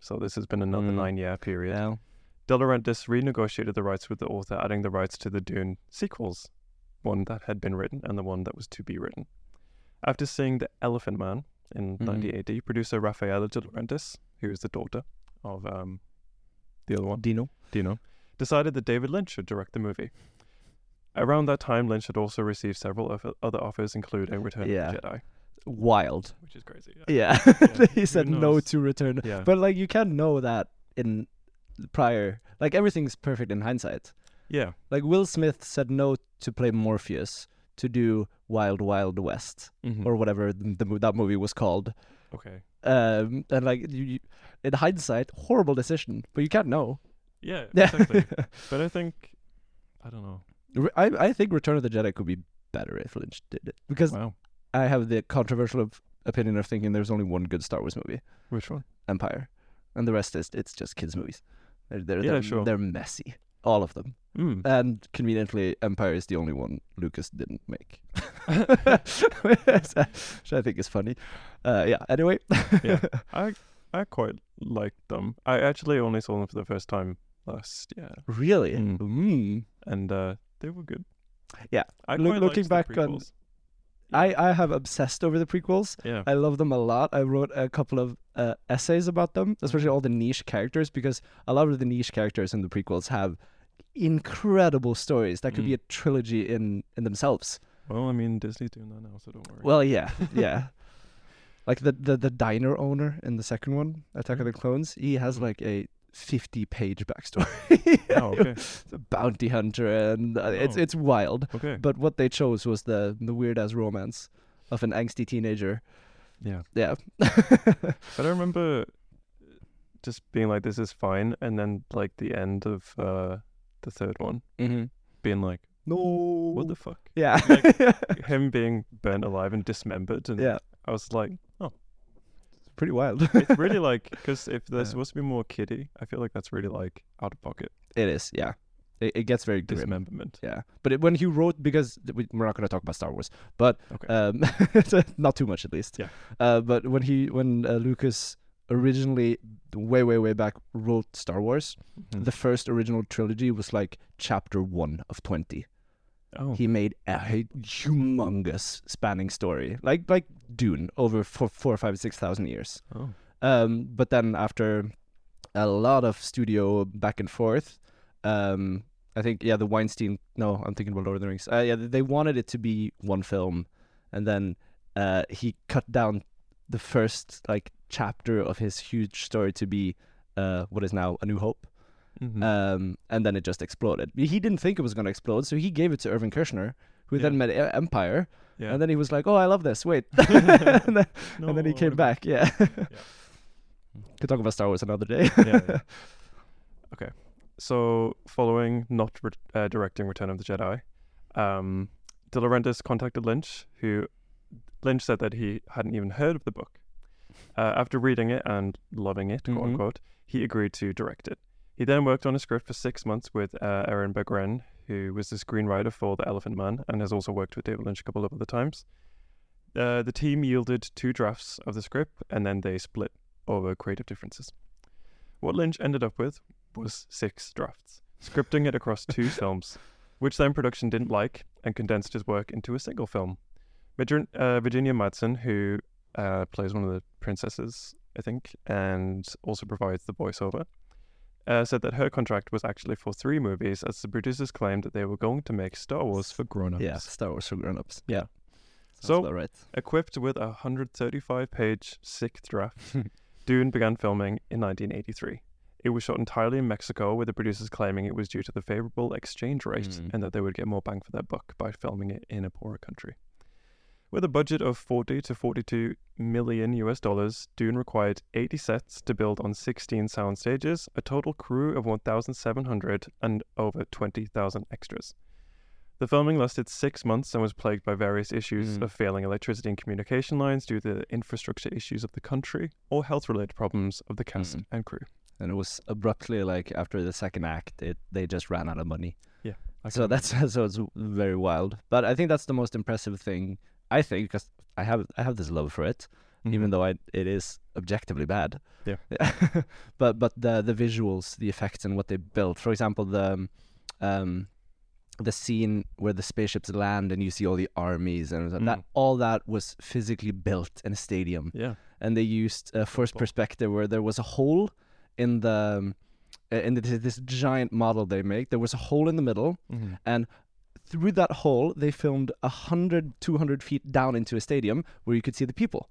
S1: so this has been another
S3: Mm.
S1: nine year period,
S3: Yeah.
S1: De Laurentiis renegotiated the rights with the author, adding the rights to the Dune sequels, one that had been written and the one that was to be written. After seeing The Elephant Man in
S3: Mhm.
S1: 90 AD, producer Raffaella De Laurentiis, who is the daughter of um, the other one,
S3: Dino.
S1: Dino, decided that David Lynch should direct the movie. Around that time, Lynch had also received several of other offers, including Return
S3: Yeah.
S1: of the Jedi,
S3: Wild.
S1: which is crazy.
S3: Yeah.
S1: Yeah,
S3: he
S1: who
S3: said no
S1: knows?
S3: to return.
S1: Yeah.
S3: But like you can know that in prior like everything's perfect in hindsight.
S1: yeah.
S3: Like Will Smith said no to play Morpheus to do Wild Wild West
S1: Mhm.
S3: or whatever the, the mo- that movie was called.
S1: okay.
S3: Um, and like you, you, in hindsight, horrible decision, but you can't know.
S1: Yeah,
S3: Yeah.
S1: exactly. but I think, I don't know.
S3: Re- I, I think Return of the Jedi could be better if Lynch did it because
S1: Wow.
S3: I have the controversial of opinion of thinking there's only one good Star Wars movie,
S1: Which one?
S3: Empire, and the rest is it's just kids movies. They're they're
S1: Yeah,
S3: they're,
S1: sure.
S3: they're messy, all of them.
S1: Mm.
S3: And conveniently, Empire is the only one Lucas didn't make, which I think is funny. Uh, yeah. Anyway.
S1: Yeah. I I quite liked them. I actually only saw them for the first time last year,
S3: Really.
S1: Mm.
S3: Mm.
S1: and uh, they were good.
S3: Yeah.
S1: I
S3: Look-
S1: quite
S3: looking
S1: liked the
S3: back on-
S1: prequels.
S3: I I have obsessed over the prequels.
S1: yeah,
S3: I love them a lot. I wrote a couple of uh, essays about them, especially all the niche characters, because a lot of the niche characters in the prequels have incredible stories that could be
S1: Mm.
S3: a trilogy in in themselves.
S1: well, I mean Disney's doing that now, so don't worry.
S3: Well, yeah, yeah. like the, the the diner owner in the second one, Attack of
S1: Mm-hmm.
S3: the Clones, he has like a fifty page backstory.
S1: oh, okay,
S3: The bounty hunter, and uh, it's
S1: Oh.
S3: it's wild.
S1: okay,
S3: But what they chose was the the weird ass romance of an angsty teenager.
S1: yeah.
S3: Yeah.
S1: But I remember uh, just being like, "This is fine," and then like the end of uh, the third one
S3: mm-hmm.
S1: being like,
S3: No.
S1: "What the fuck?"
S3: Yeah.
S1: Him being burnt alive and dismembered, and
S3: yeah.
S1: I was like,
S3: Pretty wild.
S1: "It's really like because if they're
S3: Yeah.
S1: supposed to be more kiddie, I feel like that's really like out of pocket
S3: it is. Yeah. It, it gets very grim.
S1: dismemberment."
S3: Yeah. But it, when he wrote, because th- we- we're not going to talk about Star Wars, but
S1: Okay.
S3: um, not too much at least.
S1: Yeah.
S3: Uh, but when he, when uh, Lucas originally, way, way, way back, wrote Star Wars,
S1: Mhm.
S3: the first original trilogy was like chapter one of 20.
S1: Oh,
S3: He made a humongous spanning story, like like Dune, over four, four five, six thousand years.
S1: oh.
S3: Um, but then after a lot of studio back and forth, um, I think yeah, the Weinstein. No, I'm thinking about Lord of the Rings. Uh, yeah, they wanted it to be one film, and then uh, he cut down the first like chapter of his huge story to be uh, what is now A New Hope.
S1: Mhm.
S3: Um, and then it just exploded. He didn't think it was going to explode, so he gave it to Irvin Kershner, who
S1: Yeah.
S3: then made E- Empire,
S1: yeah.
S3: and then he was like, "Oh, I love this. Wait." and then, and then he
S1: No, whatever.
S3: came back. Yeah. Could talk about Star Wars another day.
S1: Yeah, yeah. Okay. So, following not re- uh, directing Return of the Jedi, um, De Laurentiis contacted Lynch, who Lynch said that he hadn't even heard of the book. Uh, after reading it and loving it, quote
S3: Mhm.
S1: unquote, he agreed to direct it. He then worked on a script for six months with uh, Aaron Begren, who was the screenwriter for The Elephant Man and has also worked with David Lynch a couple of other times. Uh, the team yielded two drafts of the script and then they split over creative differences. What Lynch ended up with was six drafts, scripting it across two films, which then production didn't like and condensed his work into a single film. Virgin- uh, Virginia Madsen, who uh, plays one of the princesses, I think, and also provides the voiceover, uh, said that her contract was actually for three movies, as the producers claimed that they were going to make Star Wars for grown-ups.
S3: Yeah, Star Wars for grown-ups. Yeah. Sounds
S1: So-
S3: about right.
S1: Equipped with a 135-page sick draft, Dune began filming in 1983. It was shot entirely in Mexico, with the producers claiming it was due to the favorable exchange rate
S3: Mm.
S1: and that they would get more bang for their buck by filming it in a poorer country. With a budget of 40 to 42 million US dollars, Dune required 80 sets to build on 16 sound stages, a total crew of 1,700, and over 20,000 extras. The filming lasted six months and was plagued by various issues
S3: Mm.
S1: of failing electricity and communication lines due to the infrastructure issues of the country or health related problems of the cast
S3: Mm.
S1: and crew.
S3: and it was abruptly like after the second act, it they just ran out of money.
S1: I
S3: so
S1: can-
S3: that's so it's very wild. But I think that's the most impressive thing I think because I have I have this love for it, even though I it is objectively bad.
S1: Mm-hmm. Yeah.
S3: but but the the visuals, the effects, and what they built. For example, the um, um the scene where the spaceships land and you see all the armies and that
S1: Mm.
S3: all that was physically built in a stadium
S1: yeah.
S3: and they used uh, first perspective where there was a hole in the um, uh, in this, this giant model they make there was a hole in the middle
S1: Mhm.
S3: and through that hole they filmed 100 200 feet down into a stadium where you could see the people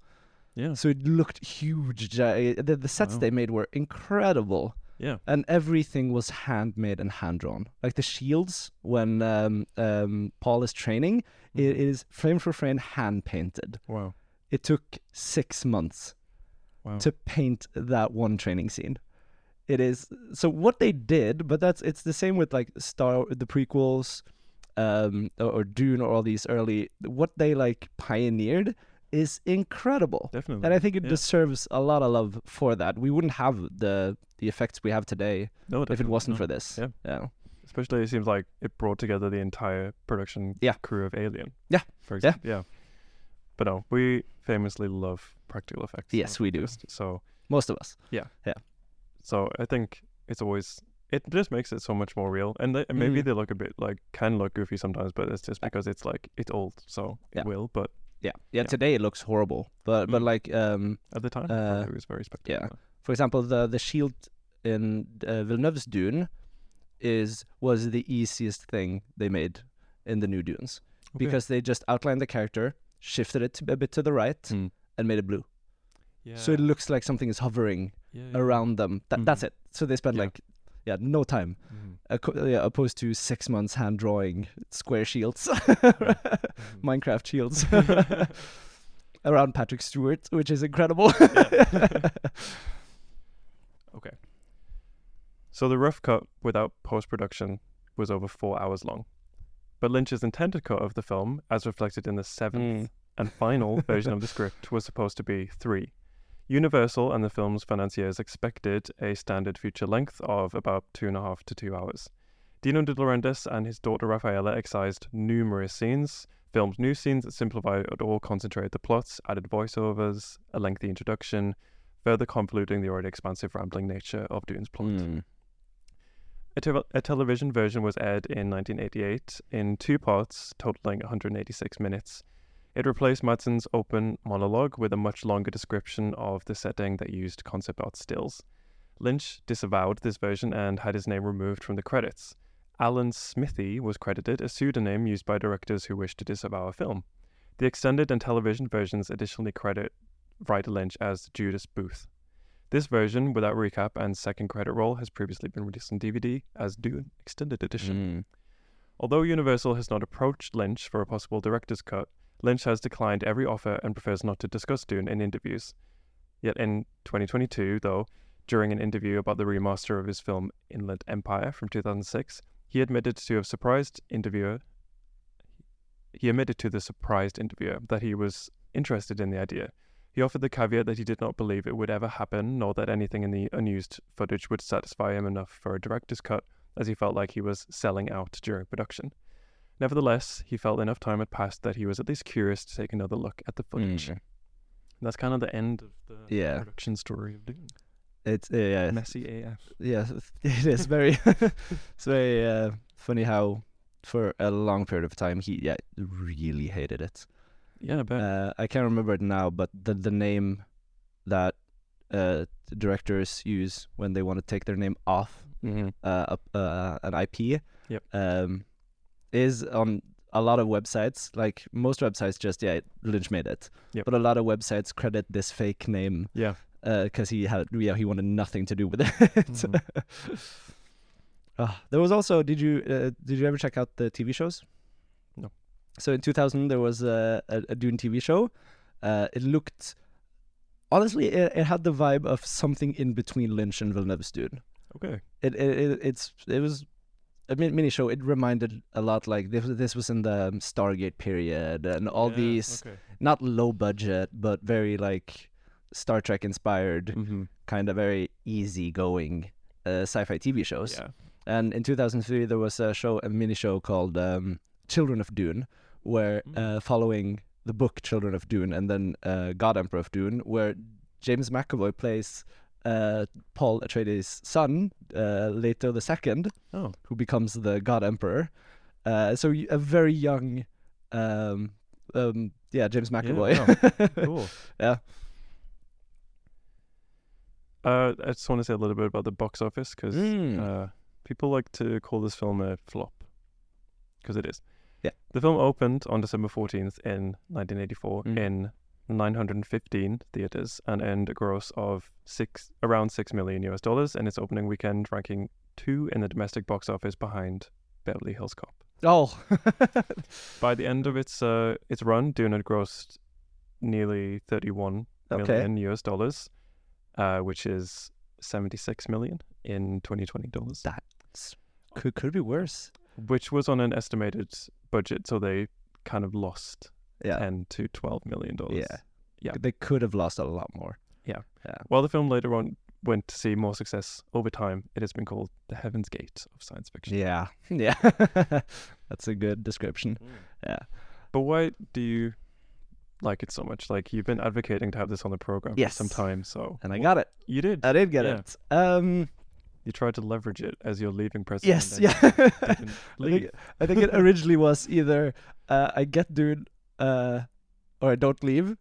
S1: Yeah.
S3: so it looked huge gi- the, the sets
S1: Wow.
S3: they made were incredible
S1: Yeah.
S3: and everything was handmade and hand drawn. Like the shields when um, um, Paul is training, it
S1: Mm-hmm.
S3: is frame for frame hand painted
S1: Wow.
S3: it took six months
S1: Wow.
S3: to paint that one training scene. It is so what they did, but that's it's the same with like Star the prequels, um, or, or Dune or all these early what they like pioneered is incredible.
S1: Definitely.
S3: And I think it
S1: yeah.
S3: deserves a lot of love for that. We wouldn't have the the effects we have today
S1: no,
S3: if it wasn't
S1: for
S3: for this.
S1: Yeah.
S3: yeah.
S1: Especially, it seems like it brought together the entire production
S3: Yeah.
S1: crew of Alien.
S3: Yeah.
S1: For
S3: Yeah.
S1: example. Yeah. But no, we famously love practical effects.
S3: Yes, we do.
S1: Just- So,
S3: Most of us.
S1: so I think it's always it just makes it so much more real. And they, maybe
S3: Mm.
S1: they look a bit like can look goofy sometimes, but it's just because it's like it's old, so
S3: Yeah.
S1: it will. But
S3: Yeah. yeah.
S1: Yeah.
S3: Today it looks horrible, but but
S1: Mm.
S3: like um,
S1: at the time,
S3: Uh,
S1: it was very spectacular.
S3: for example, the the shield in uh, Villeneuve's Dune is was the easiest thing they made in the new Dunes
S1: Okay.
S3: because they just outlined the character, shifted it a bit to the right,
S1: Mm.
S3: and made it blue.
S1: Yeah.
S3: So it looks like something is hovering
S1: yeah,
S3: around them. That, That's
S1: Mhm.
S3: it. So they spent
S1: Yeah.
S3: like yeah no time Acco- yeah, opposed to six months hand drawing square shields,
S1: Hmm.
S3: Minecraft shields. Around Patrick Stewart, which is incredible.
S1: Okay. So the rough cut without post production was over four hours long. But Lynch's intended cut of the film, as reflected in the seventh and final version of the script, was supposed to be three. Universal and the film's financiers expected a standard feature length of about two and a half to two hours. Dino De Laurentiis and his daughter Raffaella excised numerous scenes, filmed new scenes that simplified or concentrated the plots, added voiceovers, a lengthy introduction, further convoluting the already expansive rambling nature of Dune's plot.
S3: Hmm.
S1: A, tel- a television version was aired in 1988 in two parts, totaling 186 minutes. It replaced Madsen's open monologue with a much longer description of the setting that used concept art stills. Lynch disavowed this version and had his name removed from the credits. Alan Smithy was credited, a pseudonym used by directors who wished to disavow a film. The extended and television versions additionally credit Ryder Lynch as Judas Booth. This version, without recap and second credit roll, has previously been released on DVD as Dune Extended Edition. Although Universal has not approached Lynch for a possible director's cut, Lynch has declined every offer and prefers not to discuss Dune in interviews. Yet in 2022, though, during an interview about the remaster of his film Inland Empire from 2006, he admitted to a surprised interviewer. He admitted to the surprised interviewer that he was interested in the idea. He offered the caveat that he did not believe it would ever happen, nor that anything in the unused footage would satisfy him enough for a director's cut, as he felt like he was selling out during production. Nevertheless, he felt enough time had passed that he was at least curious to take another look at the footage. And that's kind of the end of the
S3: Yeah.
S1: production story of Dune.
S3: It's uh, yeah,
S1: Messy AF.
S3: yeah. It is very, it's very uh, funny how for a long period of time he yeah really hated it.
S1: Yeah, I bet.
S3: Uh, I can't remember it now, but the the name that uh, directors use when they want to take their name off
S1: Mm-hmm.
S3: uh, a, uh, an IP.
S1: Yep.
S3: Um, is on a lot of websites. Like most websites, just yeah, Lynch made it.
S1: Yep.
S3: But a lot of websites credit this fake name
S1: Yeah.
S3: because he had yeah he wanted nothing to do with it.
S1: Mhm.
S3: Ah, there was also did you uh, did you ever check out the TV shows?
S1: No.
S3: So in 2000 there was a, a, a Dune TV show. Uh, it looked honestly it, it had the vibe of something in between Lynch and Villeneuve's Dune
S1: Okay.
S3: it, it, it it's it was a mi- mini show. It reminded a lot like this. This was in the um, Stargate period, and all
S1: Yeah,
S3: these
S1: Okay.
S3: not low budget but very like Star Trek inspired,
S1: Mm-hmm.
S3: kind of very easy going uh, sci-fi TV shows.
S1: Yeah.
S3: And in 2003, there was a show, a mini show called um, Children of Dune, where
S1: Mm.
S3: uh, following the book Children of Dune and then uh, God Emperor of Dune, where James McAvoy plays uh, Paul Atreides' son, uh, Leto II,
S1: Oh.
S3: who becomes the God Emperor. Uh, so y- a very young, um, um, yeah, James McAvoy.
S1: Cool.
S3: Yeah.
S1: Uh, I just want to say a little bit about the box office because
S3: Mm.
S1: uh, people like to call this film a flop because it is.
S3: Yeah.
S1: The film opened on December 14th in 1984
S3: Mm.
S1: in 915 theaters and earned a gross of six around 6 million US dollars in its opening weekend, ranking two in the domestic box office behind Beverly Hills Cop.
S3: oh,
S1: By the end of its uh, its run, Dune had grossed nearly 31
S3: Okay.
S1: million US dollars, uh, which is 76 million in 2020 dollars,
S3: That- could could be worse.
S1: which was on an estimated budget. So they kind of lost
S3: Yeah,
S1: 10 to 12 million dollars.
S3: yeah,
S1: Yeah.
S3: They could have lost a lot more.
S1: While the film later on went to see more success over time, it has been called the Heaven's Gate of science fiction.
S3: Yeah, yeah, that's a good description.
S1: Mm-hmm. But why do you like it so much? Like you've been advocating to have this on the program for some
S3: Yes.
S1: time, so
S3: And I got it.
S1: you did.
S3: I did get
S1: Yeah.
S3: it. Um,
S1: You tried to leverage it as you're leaving prison.
S3: yes, yeah. I
S1: didn't
S3: think,
S1: leave.
S3: I think it originally was either uh, I get dude, uh, or I don't leave,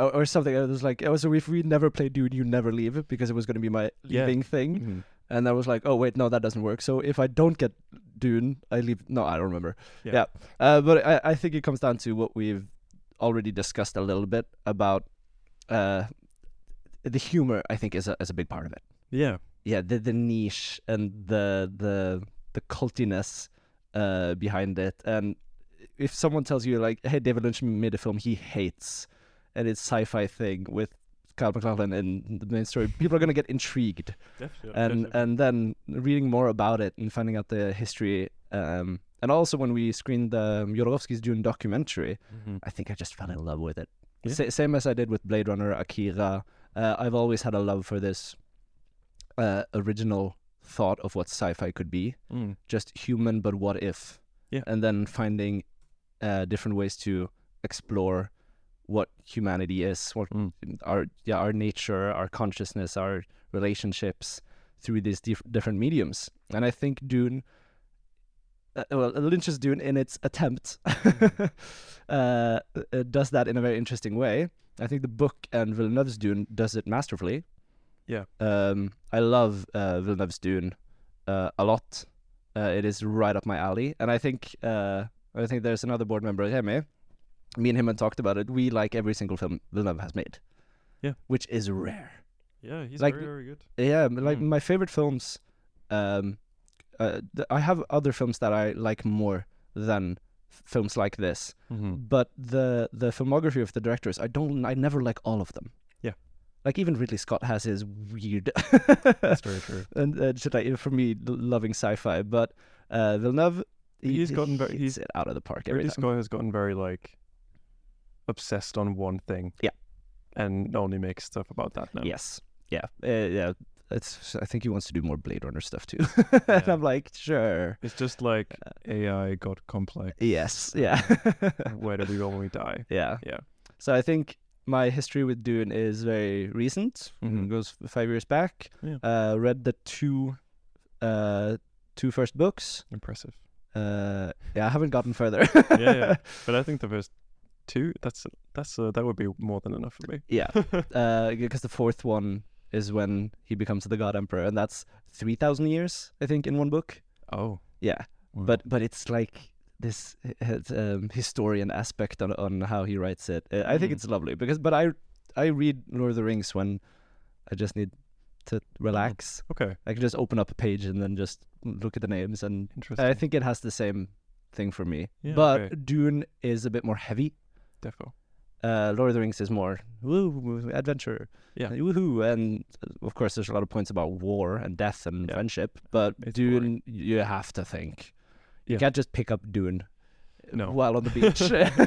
S3: or, or something. It was like, oh, so if we never play dude, you never leave because it was going to be my
S1: Yeah.
S3: leaving thing.
S1: Mhm.
S3: And I was like, oh wait, no, that doesn't work. So if I don't get Dune, I leave. No, I don't remember.
S1: Yeah.
S3: Uh, but I, I think it comes down to what we've already discussed a little bit about uh, the humor. I think is a, is a big part of it.
S1: Yeah.
S3: Yeah, the the niche and the the the cultiness uh, behind it. And if someone tells you like, hey, David Lynch made a film he hates, and it's sci-fi thing with Kyle MacLachlan and the main story, people are gonna get intrigued
S1: Definitely.
S3: and uh, and then reading more about it and finding out the history um and also when we screened the um, Jodorowsky's Dune documentary
S1: Mm-hmm.
S3: I think I just fell in love with it
S1: Yeah.
S3: Sa- same as I did with Blade Runner Akira uh, I've always had a love for this uh, original thought of what sci-fi could be
S1: Mm.
S3: just human but what if
S1: Yeah.
S3: and then finding uh, different ways to explore what humanity is what
S1: Mm.
S3: our yeah our nature our consciousness our relationships through these diff- different mediums and i think dune uh, well lynch's dune in its attempt uh, uh, does that in a very interesting way i think the book and villeneuve's dune does it masterfully
S1: Yeah.
S3: um i love uh, villeneuve's dune uh, a lot uh, it is right up my alley and i think uh i think there's another board member Jaime, me and him had talked about it. We like every single film Villeneuve has made.
S1: Yeah.
S3: Which is rare.
S1: Yeah, he's
S3: like-
S1: very, very good.
S3: Yeah, m- like
S1: Mm.
S3: my favorite films, um, uh, th- I have other films that I like more than f- films like this.
S1: Mm-hmm.
S3: But the the filmography of the directors, I don't, I never like all of them.
S1: Yeah.
S3: Like even Ridley Scott has his weird
S1: That's very true.
S3: and uh, should I, for me l- loving sci-fi, but uh, Villeneuve, he,
S1: He's gotten very-
S3: hits
S1: he's-
S3: it out of the park every
S1: Ridley
S3: time.
S1: Scott has gotten very like obsessed on one thing.
S3: Yeah.
S1: And only makes stuff about that now.
S3: Yes. Yeah. Uh, yeah. It's, I think he wants to do more Blade Runner stuff too. and
S1: Yeah.
S3: I'm like, sure.
S1: It's just like AI got complex.
S3: Yes. Uh, Yeah.
S1: Where do we go when we die?
S3: yeah.
S1: Yeah.
S3: So I think my history with Dune is very recent.
S1: Mhm.
S3: It goes f- five years back.
S1: Yeah.
S3: Uh, read the two, uh, two first books.
S1: Impressive.
S3: Uh, yeah, I haven't gotten further.
S1: yeah. But I think the first two, that's that's uh, that would be more than enough for me.
S3: yeah. Because the fourth one is when he becomes the God Emperor, and that's three thousand years, I think, in one book.
S1: Oh,
S3: Yeah,
S1: Wow.
S3: but but it's like this uh, um, historian aspect on on how he writes it. Uh, I think
S1: Mm.
S3: it's lovely because, but I I read Lord of the Rings when I just need to relax.
S1: okay,
S3: I can just open up a page and then just look at the names, and
S1: interesting.
S3: I think it has the same thing for me.
S1: Yeah,
S3: but
S1: okay.
S3: Dune is a bit more heavy
S1: defo.
S3: uh, Lord of the Rings is more woo woo, adventure,
S1: Yeah.
S3: and woohoo, and uh, of course there's a lot of points about war and death and
S1: Yeah.
S3: friendship. But
S1: It's
S3: Dune,
S1: boring.
S3: you have to think.
S1: Yeah.
S3: You can't just pick up Dune uh,
S1: No.
S3: while on the beach.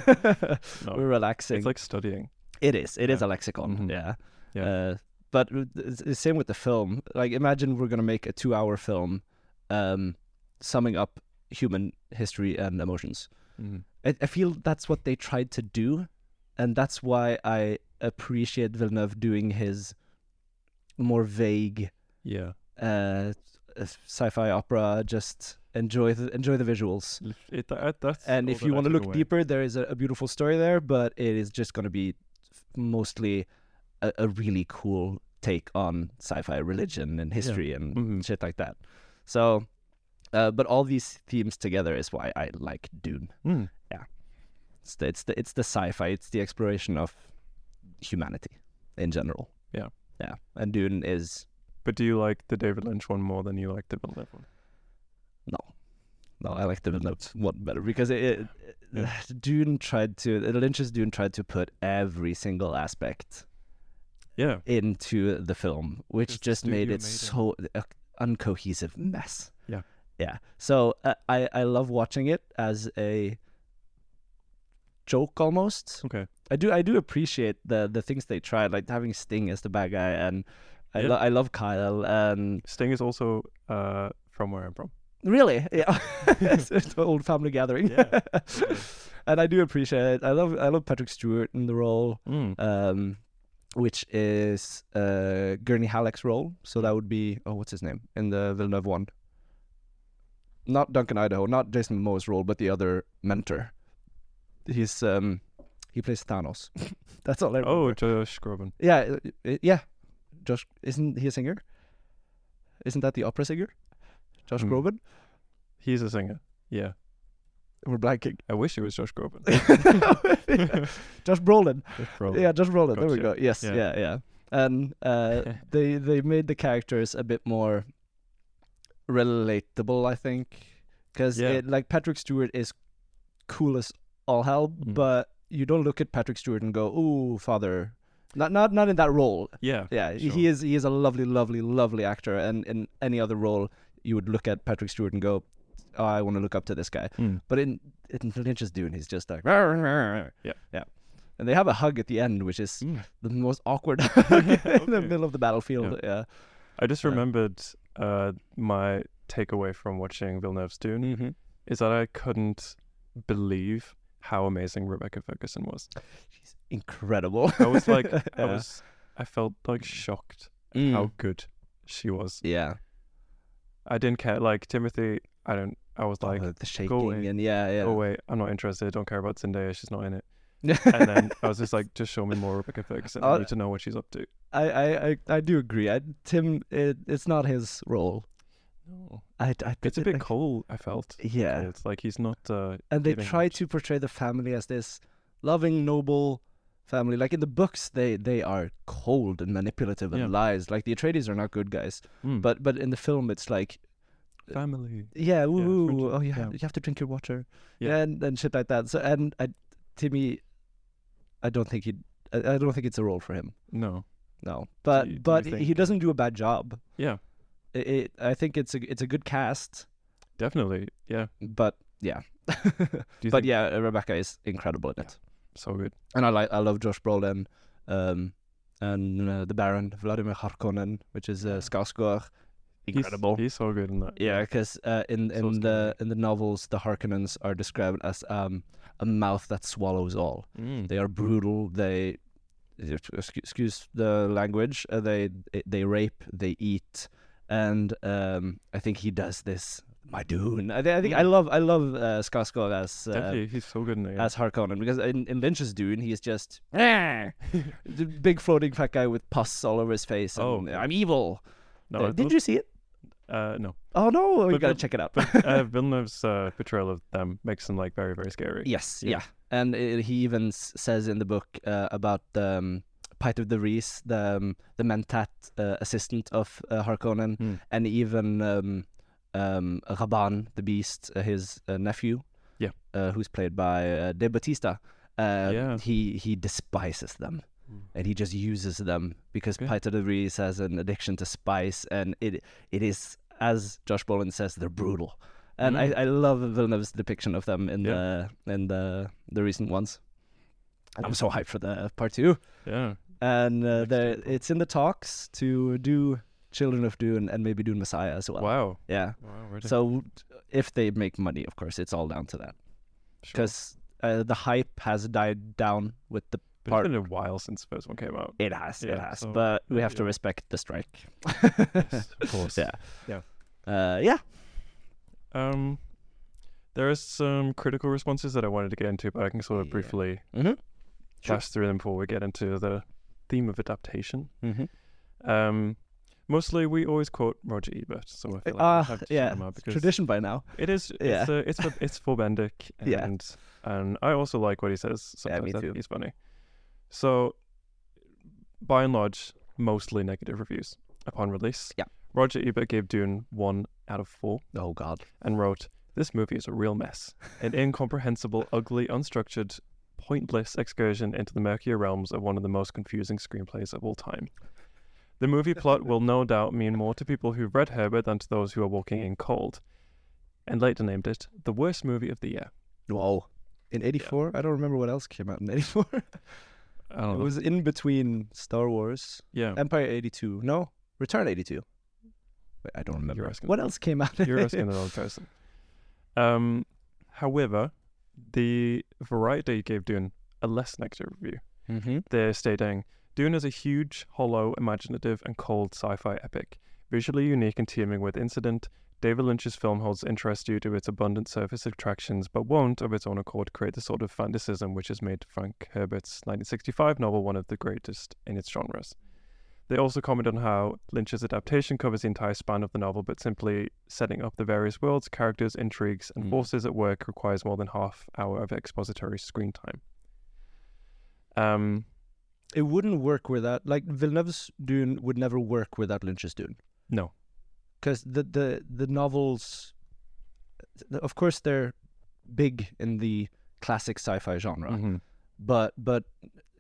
S1: No.
S3: We're relaxing.
S1: It's like studying.
S3: it is. It is
S1: Yeah.
S3: a lexicon.
S1: Mhm.
S3: Yeah.
S1: Yeah.
S3: Uh, but w- it's the same with the film. Like imagine we're gonna make a two-hour film, um, summing up human history and emotions.
S1: Mm.
S3: I, I feel that's what they tried to do, and that's why I appreciate Villeneuve doing his more vague
S1: Yeah,
S3: uh, sci-fi opera. Just enjoy the enjoy the visuals.
S1: L- it, that, that's
S3: And
S1: all
S3: if
S1: that
S3: you
S1: I
S3: want to
S1: took
S3: look
S1: away.
S3: deeper, there is a, a beautiful story there, but it is just going to be f- mostly a, a really cool take on sci-fi religion and history and
S1: Mhm.
S3: shit like that. So, uh, but all these themes together is why I like Dune.
S1: Mm.
S3: It's the it's the it's the sci-fi. It's the exploration of humanity in general.
S1: Yeah.
S3: yeah. And Dune is
S1: But do you like the David Lynch one more than you like the Villeneuve one?
S3: no, no. I like the Villeneuve one better because it, it, Dune tried to Lynch's Dune tried to put every single aspect
S1: Yeah,
S3: into the film, which
S1: Because
S3: just,
S1: the
S3: made
S1: studio
S3: it
S1: made it.
S3: so a uncohesive mess.
S1: Yeah.
S3: yeah. So uh, I I love watching it as a joke almost.
S1: okay.
S3: I do I do appreciate the the things they tried, like having Sting as the bad guy, and I,
S1: Yeah.
S3: lo- I love Kyle, and
S1: Sting is also uh, from where I'm from.
S3: really, yeah, it's it's the old family gathering,
S1: Yeah,
S3: and I do appreciate it. I love I love Patrick Stewart in the role,
S1: Mm.
S3: um, which is uh, Gurney Halleck's role. So that would be oh, what's his name in the Villeneuve one? Not Duncan Idaho, not Jason Momoa's role, but the other mentor. He's um, he plays Thanos. That's all I remember.
S1: Oh, Josh Groban.
S3: Yeah, uh, uh, yeah. Josh, isn't he a singer? Isn't that the opera singer? Josh
S1: Hmm.
S3: Groban?
S1: He's a singer. Yeah,
S3: We're blanking.
S1: I wish it was Josh Groban.
S3: Josh Brolin.
S1: Josh Groban.
S3: Yeah, Josh Brolin. There we go.
S1: Gotcha.
S3: Yes,
S1: Yeah.
S3: yeah, yeah. And uh, they they made the characters a bit more relatable, I think, because
S1: Yeah.
S3: like Patrick Stewart is cool as all hell,
S1: Mm.
S3: but you don't look at Patrick Stewart and go, "Ooh, father." Not not not in that role.
S1: yeah,
S3: Yeah,
S1: Sure.
S3: he is he is a lovely, lovely, lovely actor. And in any other role, you would look at Patrick Stewart and go, oh, "I want to look up to this guy."
S1: Mm.
S3: But in in Lynch's Dune, he's just like, "Rar, rar, rar."
S1: Yeah.
S3: yeah. And they have a hug at the end, which is
S1: Mm.
S3: the most awkward hug in
S1: Okay.
S3: the middle of the battlefield. Yeah,
S1: I just
S3: Uh,
S1: remembered uh, my takeaway from watching Villeneuve's Dune
S3: Mm-hmm.
S1: is that I couldn't believe how amazing Rebecca Ferguson was.
S3: she's incredible.
S1: I was like, I
S3: Yeah.
S1: was, I felt like shocked
S3: Mm.
S1: how good she was.
S3: yeah,
S1: I didn't care. Like Timothy, I don't. I was like,
S3: Oh, the
S1: away.
S3: shaking and yeah, yeah.
S1: oh wait, I'm not interested. Don't care about Zendaya. She's not in it. And then I was just like, just show me more Rebecca Ferguson. I
S3: Oh,
S1: need to know what she's up to.
S3: I, I, I, I do agree. I, Tim, it, it's not his role.
S1: No.
S3: I, I
S1: It's a bit
S3: I-
S1: cold. I felt.
S3: Yeah,
S1: It's like he's not. Uh,
S3: and they
S1: giving
S3: try
S1: much.
S3: to portray the family as this loving noble family like in the books they they are cold and manipulative and
S1: Yeah.
S3: lies like the atreides are not good guys
S1: mm,
S3: but but in the film it's like
S1: family.
S3: yeah woo
S1: friendship,
S3: oh you, ha-
S1: yeah.
S3: you have to drink your water
S1: Yeah.
S3: and and shit like that so and I, timmy i don't think he I, I don't think it's a role for him
S1: No.
S3: no but
S1: you- do you
S3: but
S1: think,
S3: he
S1: uh,
S3: doesn't do a bad job
S1: Yeah.
S3: it, it, i think it's a it's a good cast
S1: Definitely. Yeah.
S3: but yeah
S1: Do you
S3: but
S1: think
S3: yeah rebecca is incredible in
S1: Yeah.
S3: it
S1: so good?
S3: and I like I love Josh Brolin, um, and uh, the Baron Vladimir Harkonnen, which is uh, Skarsgård,
S1: He's- He's, so good in that.
S3: yeah, because uh, in
S1: So
S3: in the in the novels, the Harkonnens are described as um, a mouth that swallows all.
S1: Mm.
S3: They are brutal. They excuse, excuse the language. Uh, they they rape. They eat, and um, I think he does this my Dune. I, thi- I think I love I love uh, Skarsgård as uh,
S1: Mm. Definitely, he's so good in it. yeah.
S3: as Harkonnen because in, in Lynch's Dune he is just "Ah," the big floating fat guy with pus all over his face. And,
S1: Oh.
S3: I'm evil.
S1: no,
S3: Uh,
S1: it
S3: did
S1: was-
S3: you see it?
S1: Uh, no,
S3: Oh no, you
S1: But
S3: gotta
S1: the-
S3: check it out.
S1: but uh, Villeneuve's uh, portrayal of them makes them like very, very scary.
S3: Yes,
S1: Yeah.
S3: yeah. And i he even s- says in the book uh, about the um, Pite of the Reese, the um, the mentat uh, assistant of uh, Harkonnen,
S1: Hmm.
S3: and even um, um, Raban, the Beast, uh, his uh, nephew,
S1: Yeah.
S3: uh, who's played by uh, De Batista. Uh,
S1: Yeah. Hmm.
S3: he he despises them, and he just uses them because
S1: Okay.
S3: Pite of the Reese has an addiction to spice, and it it is as Josh Brolin says, they're brutal and
S1: Mm.
S3: I, I love Villeneuve's depiction of them in
S1: Yeah.
S3: the in the the recent ones. And I'm so hyped for the part two,
S1: Yeah.
S3: and uh,
S1: Next
S3: there
S1: April.
S3: it's in the talks to do Children of Dune and maybe Dune Messiah as well.
S1: Wow.
S3: Yeah.
S1: Wow. Really.
S3: So if they make money, of course, it's all down to that
S1: Sure.
S3: because uh, the hype has died down with the.
S1: But
S3: part-
S1: it's been a while since the first one came out.
S3: It has, it
S1: Yeah,
S3: has,
S1: so,
S3: but we have to
S1: yeah.
S3: respect the strike.
S1: of course.
S3: yeah.
S1: Yeah.
S3: Uh, yeah.
S1: Um, there is some critical responses that I wanted to get into, but I can sort of
S3: Yeah.
S1: briefly
S3: Mm-hmm. Sure.
S1: flash through them before we get into the theme of adaptation.
S3: Mm-hmm.
S1: Um, mostly we always quote Roger Ebert, so I feel like
S3: Ah,
S1: we have to shout
S3: yeah.
S1: him out
S3: It's
S1: because
S3: Tradition by now.
S1: It is.
S3: Yeah.
S1: It's, uh, it's for it's for Bendick, and
S3: Yeah.
S1: and I also like what he says.
S3: Yeah,
S1: Sometimes
S3: me
S1: I think
S3: too.
S1: He's funny. So, by and large, mostly negative reviews upon release.
S3: Yeah.
S1: Roger Ebert gave Dune one out of four
S3: Oh God.
S1: and wrote, "This movie is a real mess, an incomprehensible, ugly, unstructured." Pointless excursion into the murkier realms of one of the most confusing screenplays of all time. The movie plot will no doubt mean more to people who've read Herbert than to those who are walking in cold, and later named it the worst movie of the year.
S3: Wow. In 84? I don't remember what else came out in 84.
S1: I don't
S3: it
S1: know. Oh.
S3: was in between Star Wars,
S1: yeah.
S3: Empire 82. No, Return 82. Wait, I don't remember.
S1: asking-
S3: what else came out? in
S1: You're asking
S3: 80?
S1: the wrong person. Um, however, the Variety gave Dune a less negative review. They're stating Dune is a huge, hollow, imaginative, and cold sci fi epic, visually unique and teeming with incident. David Lynch's film holds interest due to its abundant surface attractions, but won't, of its own accord, create the sort of fantasism which has made Frank Herbert's 1965 novel one of the greatest in its genres. They also comment on how Lynch's adaptation covers the entire span of the novel, but simply setting up the various worlds, characters, intrigues, and
S3: Mm.
S1: forces at work requires more than half hour of expository screen time. Um,
S3: It wouldn't work without, like, Villeneuve's Dune would never work without Lynch's Dune.
S1: no,
S3: Because the, the, the novels, th- of course, they're big in the classic sci fi genre.
S1: Mhm.
S3: but but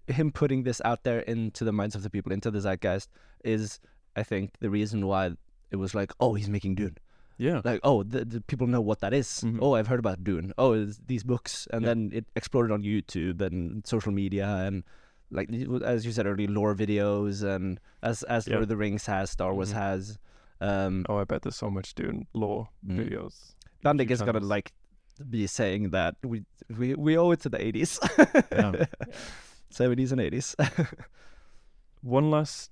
S3: him putting this out there into the minds of the people into the zeitgeist is i think the reason why it was like oh he's making dune
S1: Yeah.
S3: like oh the, the people know what that is.
S1: Mhm.
S3: oh i've heard about dune oh it's these books and
S1: Yeah.
S3: then it exploded on youtube and social media and like you- as you said earlier lore videos and as as
S1: Yeah.
S3: lord of the rings has star wars
S1: Mhm.
S3: has um
S1: Oh, I bet there's so much Dune lore
S3: Mm.
S1: videos.
S3: Bandic
S1: YouTube
S3: is gonna
S1: channels.
S3: like be saying that we we we owe it to the 80s
S1: Yeah.
S3: 70s and 80s
S1: One last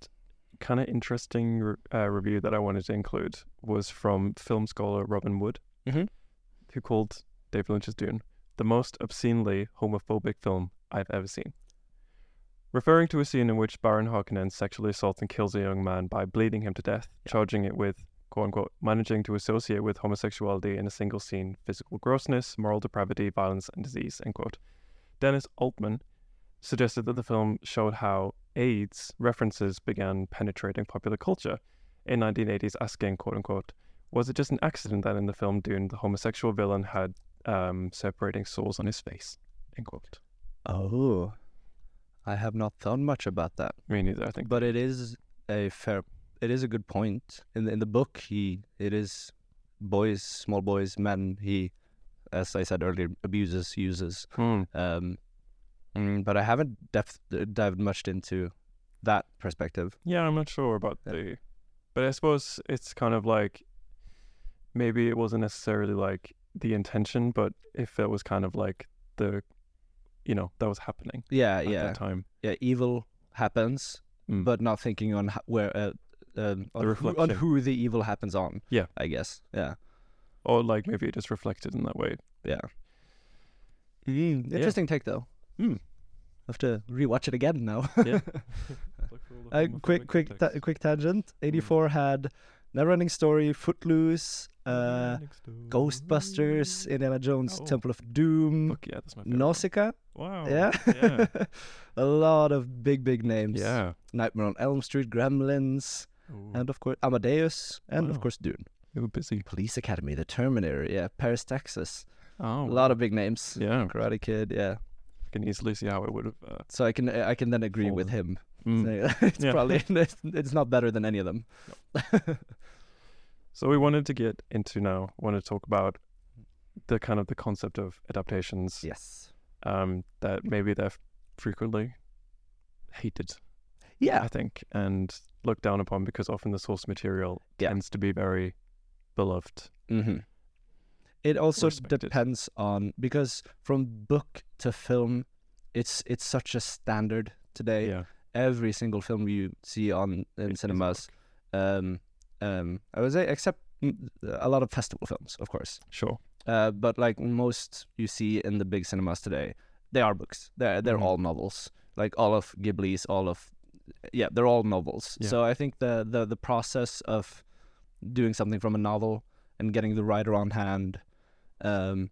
S1: kind of interesting re- uh, review that I wanted to include was from film scholar Robin Wood,
S3: Mhm.
S1: who called David Lynch's Dune the most obscenely homophobic film I've ever seen. Referring to a scene in which Baron Harkonnen sexually assaults and kills a young man by bleeding him to death, charging it with, quote unquote, managing to associate with homosexuality in a single scene physical grossness, moral depravity, violence, and disease, end quote. Dennis Altman suggested that the film showed how AIDS references began penetrating popular culture in 1980s, asking, quote unquote, was it just an accident that in the film Dune, the homosexual villain had um, separating sores on his face? End quote.
S3: Oh, I have not thought much about that,
S1: Me neither, I think.
S3: but it is a fair. It is a good point. In the, in the book, he it is boys, small boys, men. He, as I said earlier, abuses, uses.
S1: Hmm.
S3: Um, mm, but I haven't depth dived much into that perspective.
S1: Yeah, I'm not sure about
S3: Yeah.
S1: the. But I suppose it's kind of like maybe it wasn't necessarily like the intention, but if it was kind of like the, you know, that was happening
S3: Yeah,
S1: at
S3: Uh, yeah,
S1: that time.
S3: yeah. Evil happens,
S1: Mm.
S3: but not thinking on ho- where uh, um, on, who, on
S1: reflection.
S3: who the evil happens on.
S1: Yeah.
S3: I guess. Yeah.
S1: or like maybe it is reflected in that way.
S3: Yeah.
S1: yeah.
S3: Mm, Interesting take though.
S1: Hmm.
S3: Have to rewatch it again now.
S1: Yeah.
S3: uh, quick, quick, ta- quick tangent.
S1: Hmm.
S3: Eighty-four had Neverending Story, Footloose, uh, Ghostbusters, Indiana Jones,
S1: Oh.
S3: Temple of Doom,
S1: Fuck yeah, that's my favorite.
S3: Nausicaa.
S1: Wow.
S3: yeah.
S1: Yeah.
S3: a lot of big, big names.
S1: yeah.
S3: Nightmare on Elm Street, Gremlins,
S1: Ooh,
S3: and of course Amadeus, and
S1: Wow.
S3: of course Dune.
S1: they were busy.
S3: Police Academy, The Terminator, yeah, Paris, Texas.
S1: Oh.
S3: A lot of big names.
S1: Yeah.
S3: Karate Kid, yeah.
S1: I can easily see how it would have. Uh,
S3: So I can I can then agree with him.
S1: mm.
S3: So it's
S1: Yeah.
S3: probably it's not better than any of them.
S1: So we wanted to get into now. Want to talk about the kind of the concept of adaptations.
S3: Yes.
S1: Um, that maybe they're frequently hated.
S3: Yeah.
S1: I think, and looked down upon because often the source material
S3: Yeah.
S1: tends to be very beloved.
S3: hmm It also
S1: Mm-hmm. Respected.
S3: depends on because from book to film, it's it's such a standard today.
S1: Yeah.
S3: Every single film you see on
S1: It
S3: in
S1: is a
S3: cinemas, um, um, I would say except mm, a lot of festival films, of course.
S1: Sure.
S3: Uh, but like most you see in the big cinemas today, they are books. They're they're
S1: Mhm.
S3: all novels. Like all of Ghibli's, all of yeah, they're all novels.
S1: Yeah.
S3: So I think the, the the process of doing something from a novel and getting the writer on hand, um,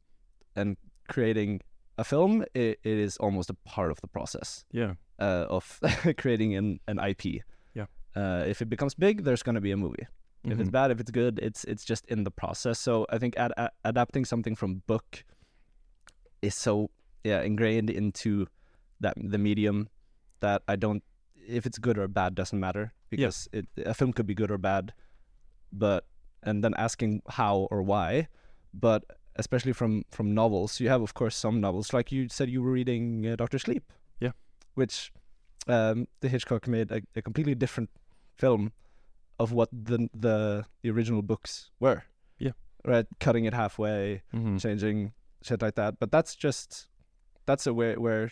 S3: and creating a film, it, it is almost a part of the process
S1: Yeah.
S3: uh, of creating an an IP.
S1: Yeah.
S3: Uh, if it becomes big, there's going to be a movie if it's
S1: Mhm.
S3: bad if it's good it's it's just in the process so i think ad- a- adapting something from book is so yeah ingrained into that the medium that i don't if it's good or bad doesn't matter because it, a film could be good or bad but and then asking how or why but especially from from novels you have of course some novels like you said you were reading uh, dr sleep
S1: Yeah.
S3: which um the hitchcock made a, a completely different film of what the the the original books were.
S1: Yeah.
S3: Right, cutting it halfway,
S1: Mhm.
S3: changing shit like that. But that's just that's a way where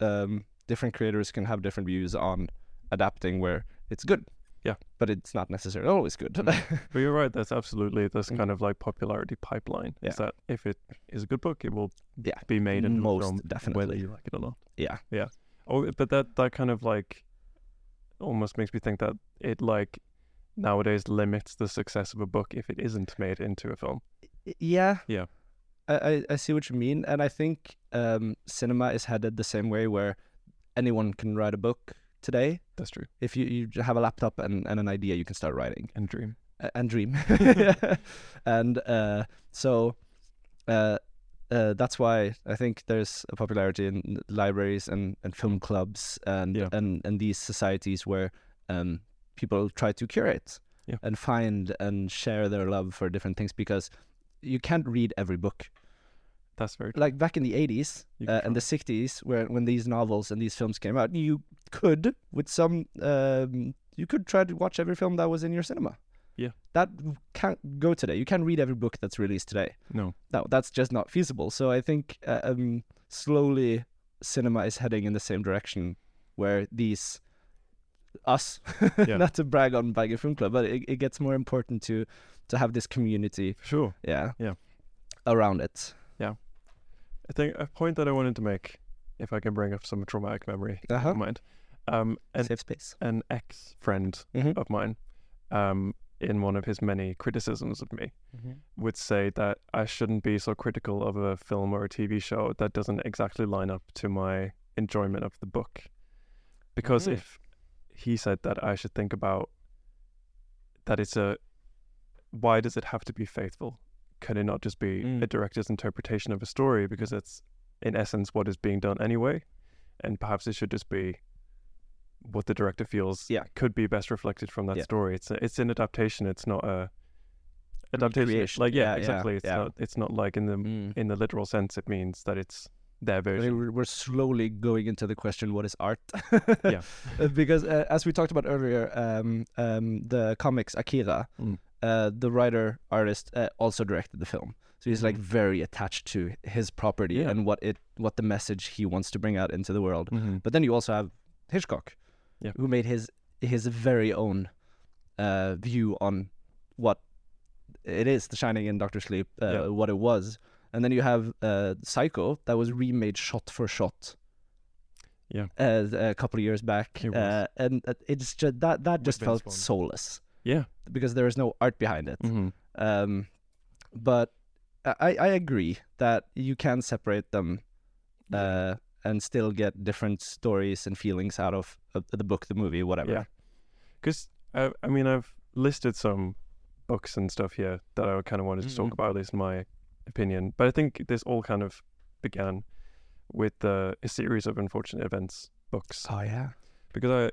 S3: um, different creators can have different views on adapting where it's good.
S1: Yeah. Mm.
S3: But it's not necessarily always good.
S1: But you're right. That's absolutely this
S3: Mm.
S1: kind of like popularity pipeline.
S3: Yeah.
S1: Is that if it is a good book, it will
S3: Yeah.
S1: be made into a
S3: Most
S1: film, whether
S3: definitely.
S1: you like it or not.
S3: Yeah.
S1: Yeah. Oh, but that that kind of like almost makes me think that it like nowadays limits the success of a book if it isn't made into a film.
S3: yeah.
S1: Yeah.
S3: I, I, I see what you mean. And I think um, cinema is headed the same way where anyone can write a book today.
S1: That's true.
S3: If you, you have a laptop and, and an idea, you can start writing.
S1: And dream.
S3: a- and dream and uh so uh uh, that's why I think there's a popularity in libraries and, and film clubs and,
S1: Yeah.
S3: and, and these societies where um, people try to curate
S1: Yeah.
S3: and find and share their love for different things because you can't read every book.
S1: That's very true.
S3: Like back in the 80s
S1: You
S3: uh,
S1: can
S3: and the 60s, where when these novels and these films came out, you could, with some, um, you could try to watch every film that was in your cinema.
S1: Yeah.
S3: That can't go today. You can't read every book that's released today.
S1: No.
S3: No, that's just not feasible. So I think uh, um, slowly cinema is heading in the same direction where these us
S1: Yeah.
S3: not to brag on Baggy Film Club, but it, it gets more important to to have this community
S1: Sure.
S3: yeah
S1: Yeah.
S3: around it.
S1: I think a point that I wanted to make, if I can bring up some traumatic memory
S3: Uh-huh.
S1: of mine, um, an,
S3: Safe space.
S1: an ex friend
S3: Mhm.
S1: of mine, um, in one of his many criticisms of me, would say that I shouldn't be so critical of a film or a TV show that doesn't exactly line up to my enjoyment of the book. Because
S3: Mhm.
S1: if he said that I should think about that it's a why does it have to be faithful? Can it not just be a
S3: Mm.
S1: director's interpretation of a story because it's in essence what is being done anyway? And perhaps it should just be what the director feels
S3: Yeah.
S1: could be best reflected from that
S3: Yeah.
S1: story. It's a, it's an adaptation. It's not a adaptation.
S3: Recreation.
S1: Like yeah,
S3: Mm, Yeah, yeah,
S1: exactly. It's
S3: yeah.
S1: not it's not like in the
S3: Mm.
S1: in the literal sense. It means that it's their
S3: I
S1: version.
S3: think we're- we're slowly going into the question, what is art?
S1: Yeah.
S3: Uh, because uh, as we talked about earlier, um, um, the comics Akira,
S1: Mm.
S3: uh, the writer artist uh, also directed the film, so he's like very attached to his property
S1: Mm-hmm. Yeah.
S3: and what it, what the message he wants to bring out into the world. But then you also have Hitchcock,
S1: Mm. Yeah.
S3: who made his his very own uh, view on what it is The Shining and Doctor Sleep, uh,
S1: Yeah.
S3: what it was. And then you have uh, Psycho that was remade shot for shot.
S1: Yeah.
S3: uh, a couple of years back,
S1: It was.
S3: uh, and uh, it's just that that
S4: With
S3: just
S4: Vince
S3: felt
S4: Vaughn.
S3: soulless
S1: Yeah.
S3: because there is no art behind it.
S1: Mm-hmm.
S3: Um, but I, I agree that you can separate them uh, and still get different stories and feelings out of uh, the book, the movie, whatever.
S1: Yeah. Because I, uh, I mean, I've listed some books and stuff here that I kind of wanted to talk
S3: Mhm.
S1: about, at least in my opinion. But I think this all kind of began with uh, a series of unfortunate events books
S3: Oh, yeah.
S1: because I,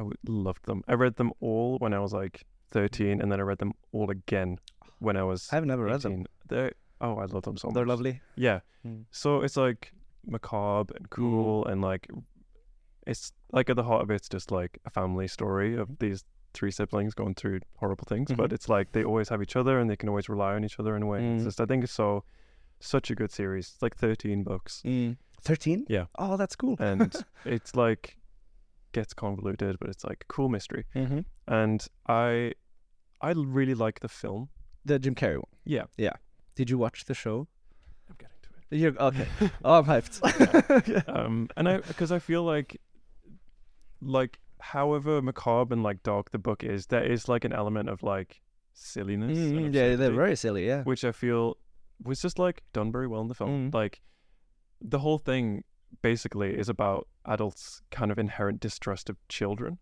S1: I w- loved them. I read them all when I was like 13, and then I read them all again when I was
S3: I've never read
S1: 18.
S3: them.
S1: They're, oh, I love them so much.
S3: They're lovely.
S1: Yeah.
S3: Mm.
S1: So it's like macabre
S3: Hmm.
S1: and cool and like it's like at the heart of it's just like a family story
S3: Hmm.
S1: of these three siblings going through horrible things, but
S3: Mhm.
S1: it's like they always have each other and they can always rely on each other in a way. It's
S3: Mm.
S1: just I think it's so such a good series. It's like 13 books
S3: Mm. 13?
S1: Yeah.
S3: Oh, that's cool.
S1: and it's like gets convoluted, but it's like a cool mystery.
S3: mm-hmm.
S1: And I I really like the film.
S3: The Jim Carrey one.
S1: Yeah.
S3: Did you watch the show?
S1: I'm getting to it.
S3: You're, okay. oh, I'm hyped. Yeah.
S1: um and i because i feel like like however macabre and like dark the book is there is like an element of like silliness and
S3: Mm, yeah, they're
S1: absurdity,
S3: very silly. Yeah.
S1: which i feel was just like done very well in the film
S3: Mm.
S1: like the whole thing basically is about adults kind of inherent distrust of children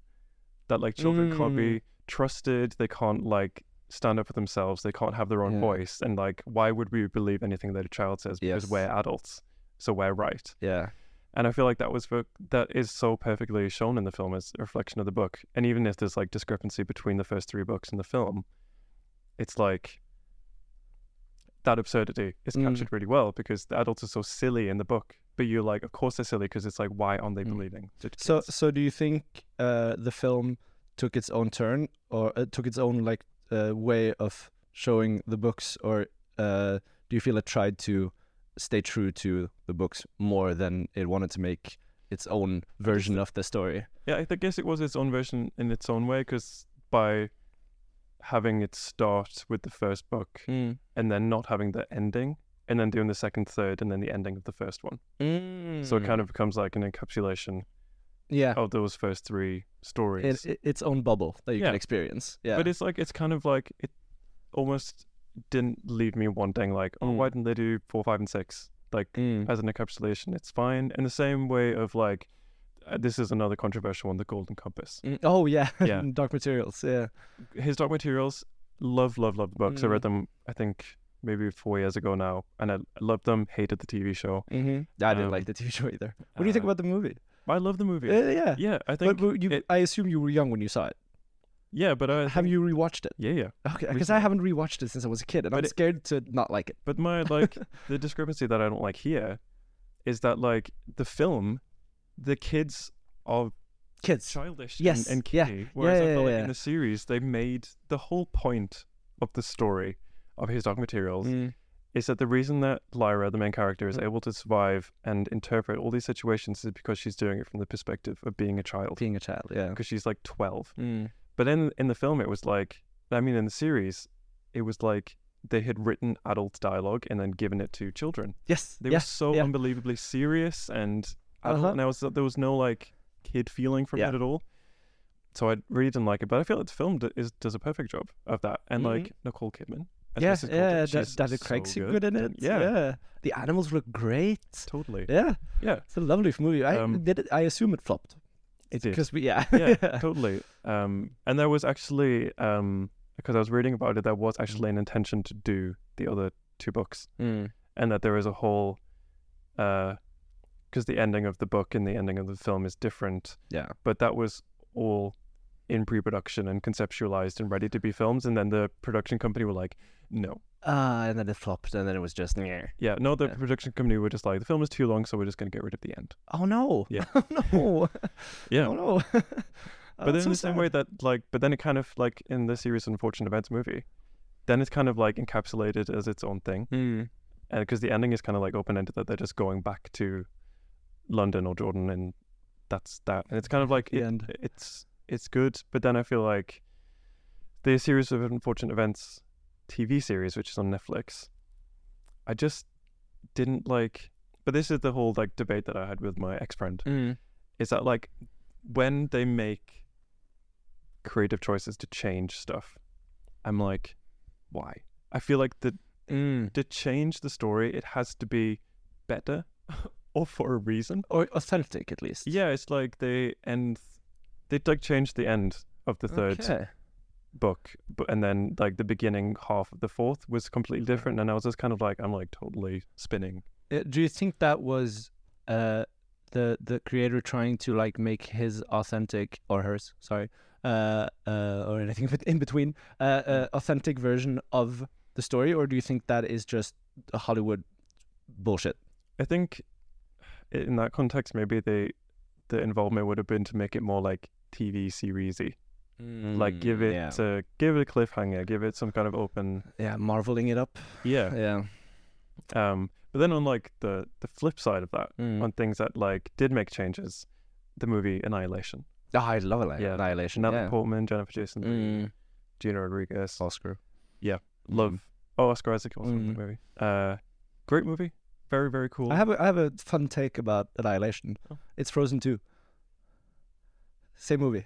S1: that like children can't
S3: Mm.
S1: be trusted they can't like stand up for themselves they can't have their own
S3: Yeah.
S1: voice and like why would we believe anything that a child says because
S3: Yes.
S1: we're adults so we're right
S3: Yeah.
S1: and I feel like that was ver- that is so perfectly shown in the film as a reflection of the book. And even if there's like discrepancy between the first three books and the film, it's like that absurdity is
S3: Mm.
S1: captured really well because the adults are so silly in the book, but you're like, of course they're silly because it's like, why aren't they
S3: Mm.
S1: believing? the
S3: So,
S1: kids?
S3: so do you think uh, the film took its own turn, or uh, took its own like uh, way of showing the books, or uh, do you feel it tried to stay true to the books more than it wanted to make its own version of the story?
S1: yeah, I th- guess it was its own version in its own way because by having it start with the first book
S3: Mm.
S1: and then not having the ending and then doing the second, third, and then the ending of the first one. So it
S3: Hmm.
S1: kind of becomes like an encapsulation
S3: yeah,
S1: of those first three
S3: it,
S1: stories.
S3: it- its own bubble that you
S1: Yeah.
S3: can experience. Yeah,
S1: But it's like it's kind of like it almost didn't leave me wanting like, oh, why
S3: Mm.
S1: didn't they do four, five, and six? Like as an encapsulation, it's fine. In the same way of like, uh, this is another controversial one, the Golden Compass.
S3: Mm, oh yeah,
S1: Yeah.
S3: Dark Materials. Yeah,
S1: His Dark Materials, love, love, love the books. I
S3: Mm.
S1: read them, I think maybe four years ago now, and I I loved them. Hated the TV show.
S3: mm-hmm. I didn't
S1: Um,
S3: like the TV show either. What do you think
S1: uh,
S3: about the movie?
S1: I love the movie.
S3: Uh, yeah,
S1: yeah, I
S3: but,
S1: think.
S3: but you,
S1: it-
S3: I assume you were young when you saw it.
S1: yeah, but I
S3: Have
S1: think-
S3: you rewatched it?
S1: Yeah, yeah.
S3: Okay, because I
S1: Recently.
S3: haven't rewatched it since I was a kid, and
S1: But
S3: I'm
S1: it-
S3: scared to not like it.
S1: But my like the discrepancy that I don't like here is that like the film, the kids are
S3: Kids.
S1: childish
S3: Yes,
S1: and, and
S3: yeah,
S1: kiddie, whereas I
S3: yeah,
S1: feel
S3: yeah,
S1: like
S3: yeah.
S1: in the series they made the whole point of the story of his dark materials is that the reason that Lyra, the main character, is
S3: Mm.
S1: able to survive and interpret all these situations is because she's doing it from the perspective of being a child.
S3: Being a child, yeah.
S1: Because she's like twelve. But in in the film, it was like I mean, in the series, it was like they had written adult dialogue and then given it to children.
S3: Yes.
S1: They
S3: yeah.
S1: were so
S3: yeah.
S1: unbelievably serious and
S3: Uh-huh.
S1: adult, and I was there was no like kid feeling from
S3: Yeah.
S1: it at all. So I really didn't like it, but I feel it's filmed d- is does a perfect job of that, and
S3: Mhm.
S1: like Nicole Kidman, as
S3: yeah,
S1: Mrs. Goldie,
S3: yeah. Da-
S1: she's
S3: Daniel
S1: so
S3: Craig's good in it.
S1: Yeah,
S3: The animals look great.
S1: totally.
S3: Yeah.
S1: Yeah.
S3: It's a lovely movie. I
S1: Um,
S3: did it, I assume it flopped.
S1: It did.
S3: Because we yeah.
S1: Yeah, totally. Um, and there was actually um, because I was reading about it, there was actually an intention to do the other two books,
S3: Mm.
S1: and that there is a whole, because the ending of the book and the ending of the film is different.
S3: Yeah.
S1: but that was all in pre-production and conceptualized and ready to be films and then the production company were like no
S3: Uh, and then it flopped and then it was just "Nyeh."
S1: yeah no the
S3: Yeah.
S1: production company were just like the film is too long so we're just going to get rid of the end
S3: Oh no.
S1: Yeah.
S3: oh no.
S1: yeah
S3: Oh no.
S1: but then in the same way that like but then it kind of like in the series unfortunate events movie then it's kind of like encapsulated as its own thing and because Uh, the ending is kind of like open-ended that they're just going back to london or jordan and that's that and it's kind of like
S3: The
S1: it-
S3: end.
S1: it's it's good but then i feel like the series of unfortunate events TV series which is on Netflix. I just didn't like but this is the whole like debate that I had with my ex-friend
S3: Mm.
S1: is that like when they make creative choices to change stuff, I'm like, why? I feel like the
S3: Mm.
S1: to change the story, it has to be better or for a reason.
S3: Or authentic, at least.
S1: Yeah, it's like they end, they like change the end of the third
S3: Okay.
S1: book, but and then like the beginning half of the fourth was completely different, and I was just kind of like, I'm like totally spinning.
S3: Uh, do you think that was uh the the creator trying to like make his authentic or hers sorry uh uh or anything bet- in between uh, uh authentic version of the story or do you think that is just a hollywood bullshit
S1: I think i- in that context, maybe they the involvement would have been to make it more like TV seriesy, like give it
S3: Mm, yeah,
S1: uh, give it a cliffhanger, give it some kind of open
S3: yeah marveling it up
S1: yeah.
S3: yeah
S1: Um, but then on like the the flip side of that.
S3: Mm.
S1: on things that like did make changes. The movie Annihilation,
S3: Ah, i love it
S1: Yeah.
S3: annihilation
S1: Natalie
S3: yeah.
S1: Portman, Jennifer Jason, Leigh,
S3: Mm. Oh, mm-hmm.
S1: Gina Rodriguez,
S3: oscar
S1: love. Oh, Oscar Isaac also in the
S3: Mm.
S1: movie. Uh, great movie, very very cool.
S3: I have a, I have a fun take about Annihilation.
S1: Oh.
S3: It's Frozen 2. Same movie.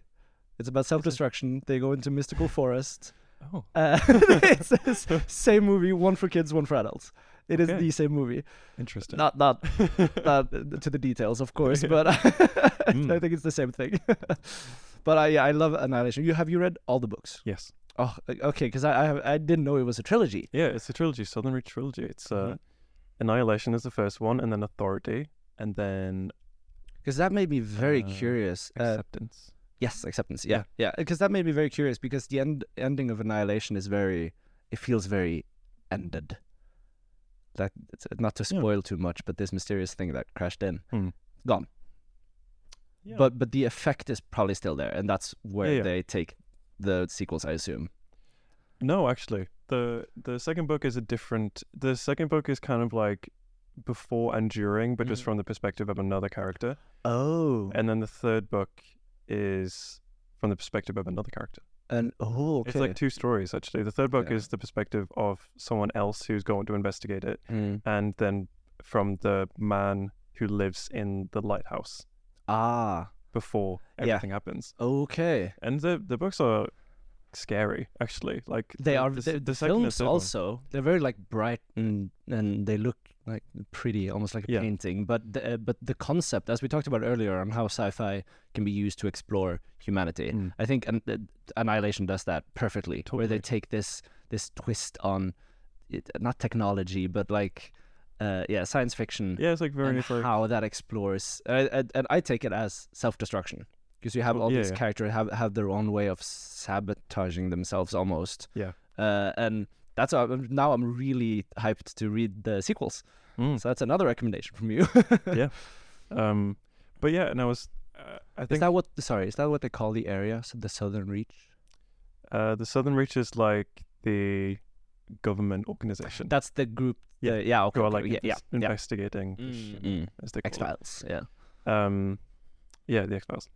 S3: It's about self-destruction. They go into mystical forest.
S1: oh,
S3: Uh, it's the s- same movie, one for kids, one for adults. It is
S1: Okay.
S3: the same movie.
S1: interesting.
S3: Not not not uh, to the details, of course,
S1: Yeah.
S3: but I
S1: Mm.
S3: think it's the same thing. but I yeah, I love Annihilation. You have you read all the books?
S1: yes,
S3: Oh, okay, because I, I have- I didn't know it was a trilogy.
S1: yeah, it's a trilogy, Southern Reach trilogy. It's uh,
S3: Mhm.
S1: Annihilation is the first one, and then Authority, and then
S3: Because that made me very
S1: Uh,
S3: curious. Uh,
S1: Acceptance.
S3: Yes, acceptance.
S1: Yeah.
S3: Yeah, yeah. Because that made me very curious. Because the end ending of Annihilation is very, it feels very ended. That it's, uh, not to
S1: Yeah.
S3: spoil too much, but this mysterious thing that crashed in,
S1: Hmm.
S3: gone.
S1: Yeah.
S3: But but the effect is probably still there, and that's where
S1: Yeah, yeah.
S3: they take the sequels, I assume.
S1: No, actually, the the second book is a different. The second book is kind of like before and during, but just
S3: Mhm.
S1: from the perspective of another character.
S3: Oh, and,
S1: And then the third book is from the perspective of another character.
S3: oh, okay.
S1: It's like two stories actually. The third book
S3: Yeah.
S1: is the perspective of someone else who's going to investigate it,
S3: Hmm.
S1: and then from the man who lives in the lighthouse
S3: Ah,
S1: before
S3: Yeah.
S1: everything happens.
S3: okay.
S1: And the the books are scary actually. Like
S3: They
S1: the-
S3: are
S1: the, s-
S3: the,
S1: the second and
S3: films
S1: third one.
S3: also. They're very like bright and and they look like pretty, almost like a
S1: Yeah.
S3: painting. But the, uh, but the concept, as we talked about earlier, on how sci-fi can be used to explore humanity,
S1: Mm.
S3: I think an, uh, Annihilation does that perfectly, where
S1: Totally.
S3: they take this this twist on it, not technology, but like uh, yeah, science fiction
S1: Yeah, it's like very
S3: and
S1: it's like,
S3: how that explores. Uh, and, and I take it as self-destruction. Because you have
S1: Oh,
S3: all
S1: yeah,
S3: these
S1: yeah.
S3: characters have, have their own way of sabotaging themselves almost
S1: yeah.
S3: uh, and that's how I'm- now I'm really hyped to read the sequels.
S1: Mm.
S3: So that's another recommendation from you.
S1: Um, but yeah, and I was, uh, I
S3: is
S1: think
S3: that what? Sorry, is that what they call the area? So the Southern Reach.
S1: uh, the Southern Reach is like the government organization
S3: That's the group.
S1: Yeah.
S3: Yeah, yeah, okay,
S1: who are
S3: okay,
S1: like
S3: yeah, yeah,
S1: invest-
S3: yeah.
S1: investigating the shit,
S3: Mm.
S1: as they
S3: X
S1: call it.
S3: Files. Yeah.
S1: Um, yeah, the X Files.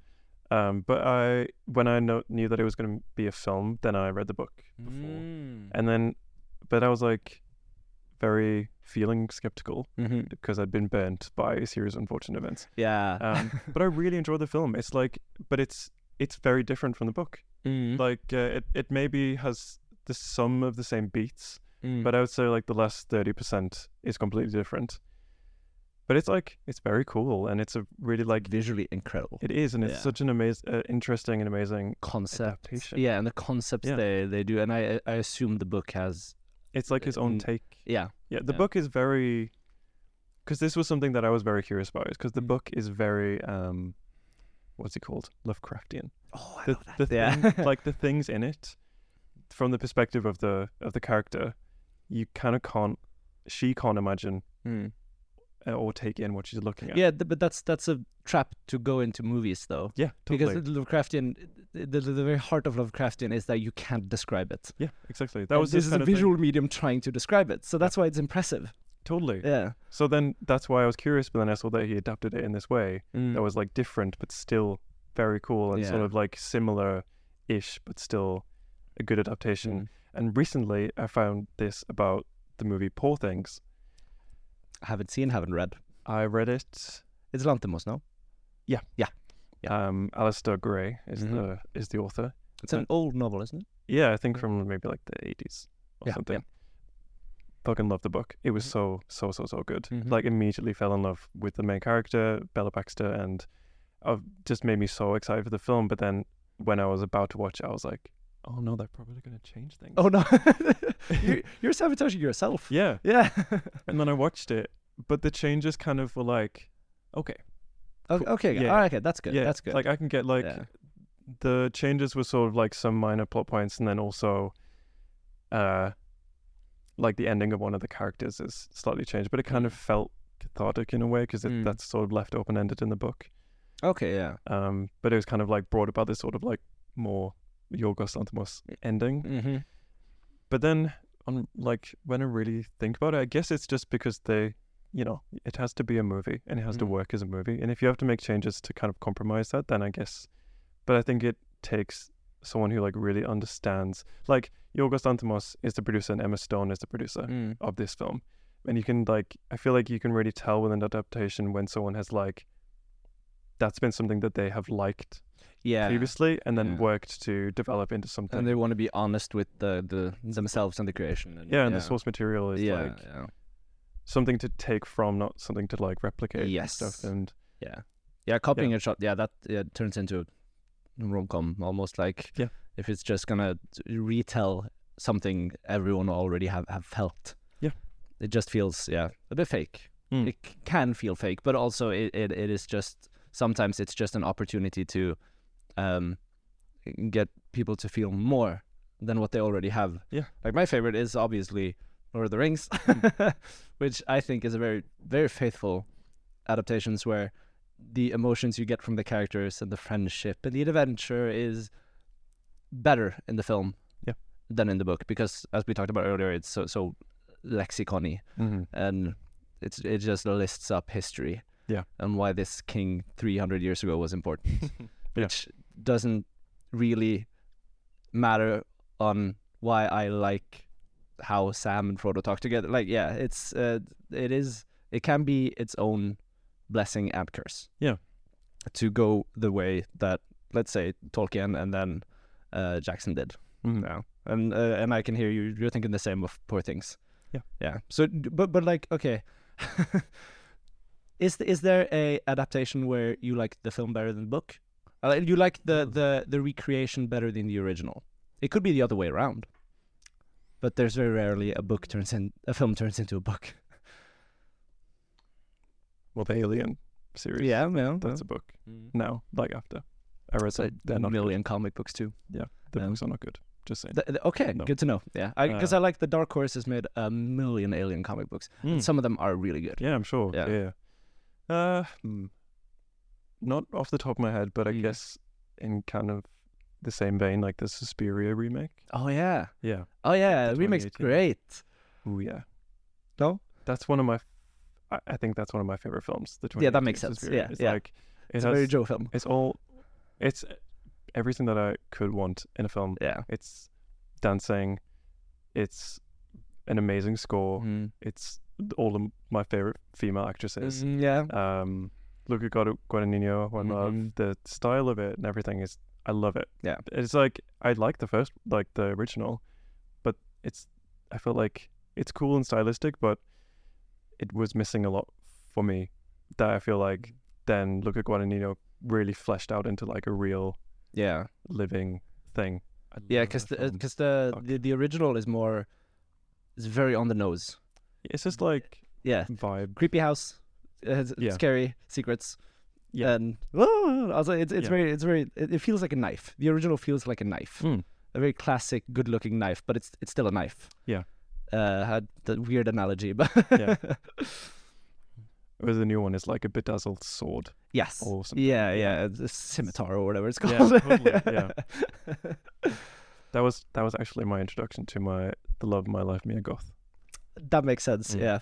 S1: Um, but I when I know, knew that it was going to be a film, then I read the book before,
S3: Mm.
S1: and then, but I was like very feeling skeptical
S3: Mhm.
S1: because I'd been burnt by a series of unfortunate events.
S3: Yeah.
S1: Um, but I really enjoyed the film. It's like, but it's it's very different from the book.
S3: Mm.
S1: like uh, it, it maybe has the sum of the same beats
S3: Mm.
S1: but uh, i would say like the last 30% is completely different but it's like it's very cool and it's a really like
S3: visually incredible
S1: it is and it's
S3: Mm-hmm. Yeah.
S1: such an amazing uh, interesting and amazing
S3: concept.
S1: adaptation.
S3: Yeah, and the concepts
S1: Yeah.
S3: they they do, and I I assume the book has
S1: it's like his own
S3: Mm.
S1: take
S3: yeah.
S1: yeah the
S3: Yeah.
S1: book is very because this was something that i was very curious about is because the
S3: Mm.
S1: book is very um what's it called lovecraftian
S3: Oh, I
S1: the,
S3: love
S1: the
S3: that. Yeah.
S1: thing- like the things in it from the perspective of the of the character you kind of can't she can't imagine
S3: Mm.
S1: uh, or take in what she's looking at
S3: Yeah, th- but that's that's a trap to go into movies though.
S1: yeah totally
S3: Because Lovecraftian, the, the, the very heart of Lovecraftian is that you can't describe it.
S1: yeah exactly that
S3: And
S1: was
S3: this
S1: this
S3: is
S1: kind
S3: a
S1: of thing.
S3: visual medium trying to describe it, so that's why it's impressive.
S1: totally
S3: Yeah,
S1: so then that's why i was curious but then i saw that he adapted it in this way that was like different but still very cool and sort
S3: Mm. Yeah. Mm.
S1: of like similar ish but still a good adaptation And recently, I found this about the movie Poor Things.
S3: Haven't seen, haven't read.
S1: I read it.
S3: It's Lanthimos, no? Yeah.
S1: Um, Alistair Gray is
S3: Mhm.
S1: the is the author.
S3: It's an
S1: Uh,
S3: old novel, isn't it?
S1: Yeah, I think from maybe like the eighties or
S3: Mm-hmm. Yeah, yeah. Mm-hmm.
S1: something. Fucking love the book. It was so so so so good.
S3: Mhm.
S1: Like immediately fell in love with the main character Bella Baxter, and uh, just made me so excited for the film. But then when I was about to watch, it, I was like, oh no, they're probably gonna change things.
S3: Oh, no. you're, you're sabotaging yourself.
S1: yeah.
S3: Yeah.
S1: And then I watched it, but the changes kind of were like, okay,
S3: O-
S1: Cool.
S3: okay.
S1: Yeah.
S3: All right, okay. That's good.
S1: yeah,
S3: that's good.
S1: Like I can get like
S3: Yeah.
S1: the changes were sort of like some minor plot points and then also uh like the ending of one of the characters is slightly changed but it kind of felt cathartic in a way because
S3: Mm.
S1: that's sort of left open-ended in the book
S3: okay. Yeah.
S1: um but it was kind of like brought about this sort of like more Yorgos Lanthimos ending
S3: Mm-hmm.
S1: but then on like when I really think about it I guess it's just because they you know it has to be a movie and it has to
S3: Mm.
S1: work as a movie and if you have to make changes to kind of compromise that then I guess but I think it takes someone who like really understands like Yorgos Lanthimos is the producer and Emma Stone is the producer
S3: Mm.
S1: of this film and you can like I feel like you can really tell with an adaptation when someone has like that's been something that they have liked
S3: Yeah.
S1: previously and then
S3: Yeah.
S1: worked to develop into something
S3: And they want to be honest with the, the themselves and the creation. And,
S1: yeah and the source material is
S3: yeah,
S1: like
S3: yeah.
S1: something to take from, not something to like replicate. And
S3: Yes.
S1: stuff. And
S3: Yeah, yeah, copying a shot. Yeah, that yeah, turns into a rom com almost. Like
S1: Yeah.
S3: if it's just gonna retell something everyone already have have felt.
S1: Yeah.
S3: it just feels yeah a bit fake.
S1: Mm.
S3: It c- can feel fake, but also it, it, it is just sometimes it's just an opportunity to um get people to feel more than what they already have.
S1: Yeah.
S3: like my favorite is obviously Lord of the Rings,
S1: Mm.
S3: which I think is a very very faithful adaptations where the emotions you get from the characters and the friendship and the adventure is better in the film
S1: Yeah.
S3: than in the book because as we talked about earlier it's so so lexicony and it's it just lists up history
S1: Yeah.
S3: and why this king 300 years ago was important
S1: Yeah.
S3: which doesn't really matter on why I like how Sam and Frodo talk together like yeah it's uh, it is it can be its own blessing and curse
S1: Yeah.
S3: to go the way that let's say Tolkien and then uh, Jackson did
S1: Mhm.
S3: now and uh, and I can hear you you're thinking the same of poor things
S1: Yeah.
S3: yeah so d- but but like okay is th- is there a adaptation where you like the film better than the book uh, you like the the the recreation better than the original it could be the other way around but there's very rarely a book turns in a film turns into a book
S1: well, the Alien series.
S3: yeah yeah Mm-hmm.
S1: that's a book now. Like after I read
S3: so
S1: them, they're not
S3: million comic books too
S1: good. the
S3: um,
S1: books are not good. Just saying.
S3: Th- th- okay
S1: No.
S3: good to know yeah because I, like the dark horse has made a million alien comic books
S1: Mm.
S3: some of them are really good
S1: yeah, I'm sure.
S3: Yeah.
S1: Yeah. Uh, hmm. not off the top of my head, but I
S3: Mm.
S1: guess in kind of the same vein, like the Suspiria remake.
S3: oh yeah
S1: Yeah.
S3: Oh yeah,
S1: The
S3: remake's
S1: 2018.
S3: great.
S1: Oh yeah.
S3: No?
S1: That's one of my. f- I I think that's one of my favorite films. The
S3: Yeah, that
S1: 2018
S3: makes sense.
S1: Suspiria.
S3: Yeah,
S1: It's
S3: yeah.
S1: like it
S3: It's
S1: has
S3: a very Joe film.
S1: It's all, it's everything that I could want in a film.
S3: Yeah.
S1: It's dancing, it's an amazing score,
S3: Mm.
S1: it's all of my favorite female actresses.
S3: Mm, yeah.
S1: Um, Luca Guada- Guadagnino, one
S3: Mhm.
S1: love the style of it and everything is. I love it.
S3: Yeah.
S1: it's like I like the first, like the original, but it's. I felt like it's cool and stylistic, but it was missing a lot for me. That I feel like then Luca Guadagnino really fleshed out into like a real
S3: Yeah.
S1: living thing. I
S3: Yeah,
S1: love
S3: because
S1: that
S3: the, uh,
S1: film.
S3: cause the,
S1: Fuck.
S3: the the original is more, it's very on the nose.
S1: it's just like
S3: Yeah.
S1: vibe.
S3: Creepy house, uh, it's-
S1: Yeah.
S3: scary secrets.
S1: Yeah.
S3: And oh, also it's it's
S1: Yeah.
S3: very it's very it, it feels like a knife. The original feels like a knife,
S1: Mm.
S3: a very classic, good-looking knife, but it's it's still a knife.
S1: Yeah.
S3: Uh, had the weird analogy, but
S1: Yeah. Whereas the new one is like a bedazzled sword
S3: yes.
S1: or something.
S3: Yeah, yeah, it's a scimitar or whatever it's
S1: Yeah,
S3: called.
S1: totally, yeah. That was that was actually my introduction to my the love of my life, Mia Goth,
S3: That makes sense.
S1: Mm.
S3: Yeah.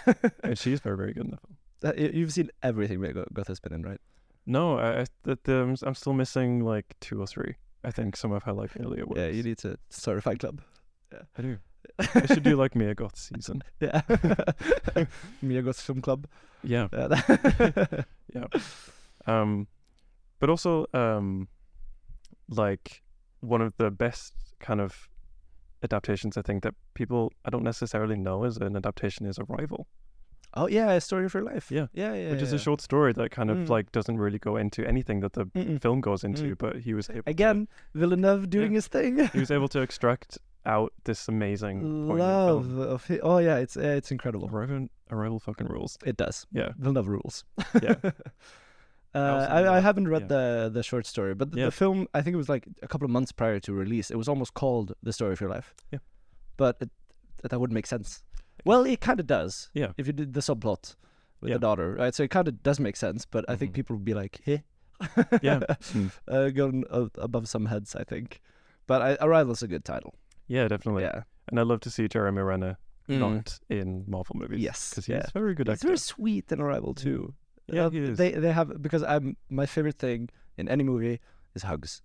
S3: Yep.
S1: and she's very very good in the film.
S3: That- you- You've seen everything that Go- Goth has been in, right?
S1: No, I, I the, the, I'm, s- I'm still missing like two or three. I think some of her like earlier works.
S3: Yeah, you need to start a fight club.
S1: I do. I should do like Mia Goth season.
S3: Yeah. Mia Goth Film Club.
S1: Yeah.
S3: Yeah, that-
S1: Um, but also, um, like one of the best kind of adaptations I think that people I don't necessarily know is an adaptation is Arrival,
S3: oh yeah, a story of your life.
S1: Yeah.
S3: Yeah, yeah.
S1: which is
S3: yeah.
S1: a short story that kind of
S3: Mm.
S1: like doesn't really go into anything that the
S3: Mm-mm.
S1: film goes into, but he was able to-
S3: Mm. Again, Villeneuve doing his thing.
S1: he was able to extract out this amazing point in the film.
S3: Love of hi- oh yeah, it's uh, it's incredible.
S1: Arrival, Arrival fucking rules.
S3: It does.
S1: Yeah.
S3: Villeneuve rules.
S1: Yeah.
S3: Uh,
S1: also
S3: I, I
S1: love-
S3: haven't read
S1: yeah.
S3: the the short story, but the,
S1: Yeah.
S3: the film I think it was like a couple of months prior to release. It was almost called "The Story of Your Life,"
S1: Yeah.
S3: but it, that wouldn't make sense. Well, it kind of does.
S1: Yeah.
S3: if you did the subplot with
S1: Yeah.
S3: the daughter, right? So it kind of does make sense, but I think
S1: Mhm.
S3: people would be like, "Hey,
S1: Yeah. Hmm.
S3: uh, going uh, above some heads." I think, but I, Arrival's a good title.
S1: Yeah, definitely.
S3: yeah,
S1: And I love to see Jeremy Renner
S3: Mm.
S1: not in Marvel movies.
S3: Yes,
S1: Because he's
S3: yeah.
S1: very good
S3: It's
S1: actor.
S3: very sweet in Arrival too. Uh,
S1: Yeah, he is.
S3: They they have because I'm my favorite thing in any movie is hugs.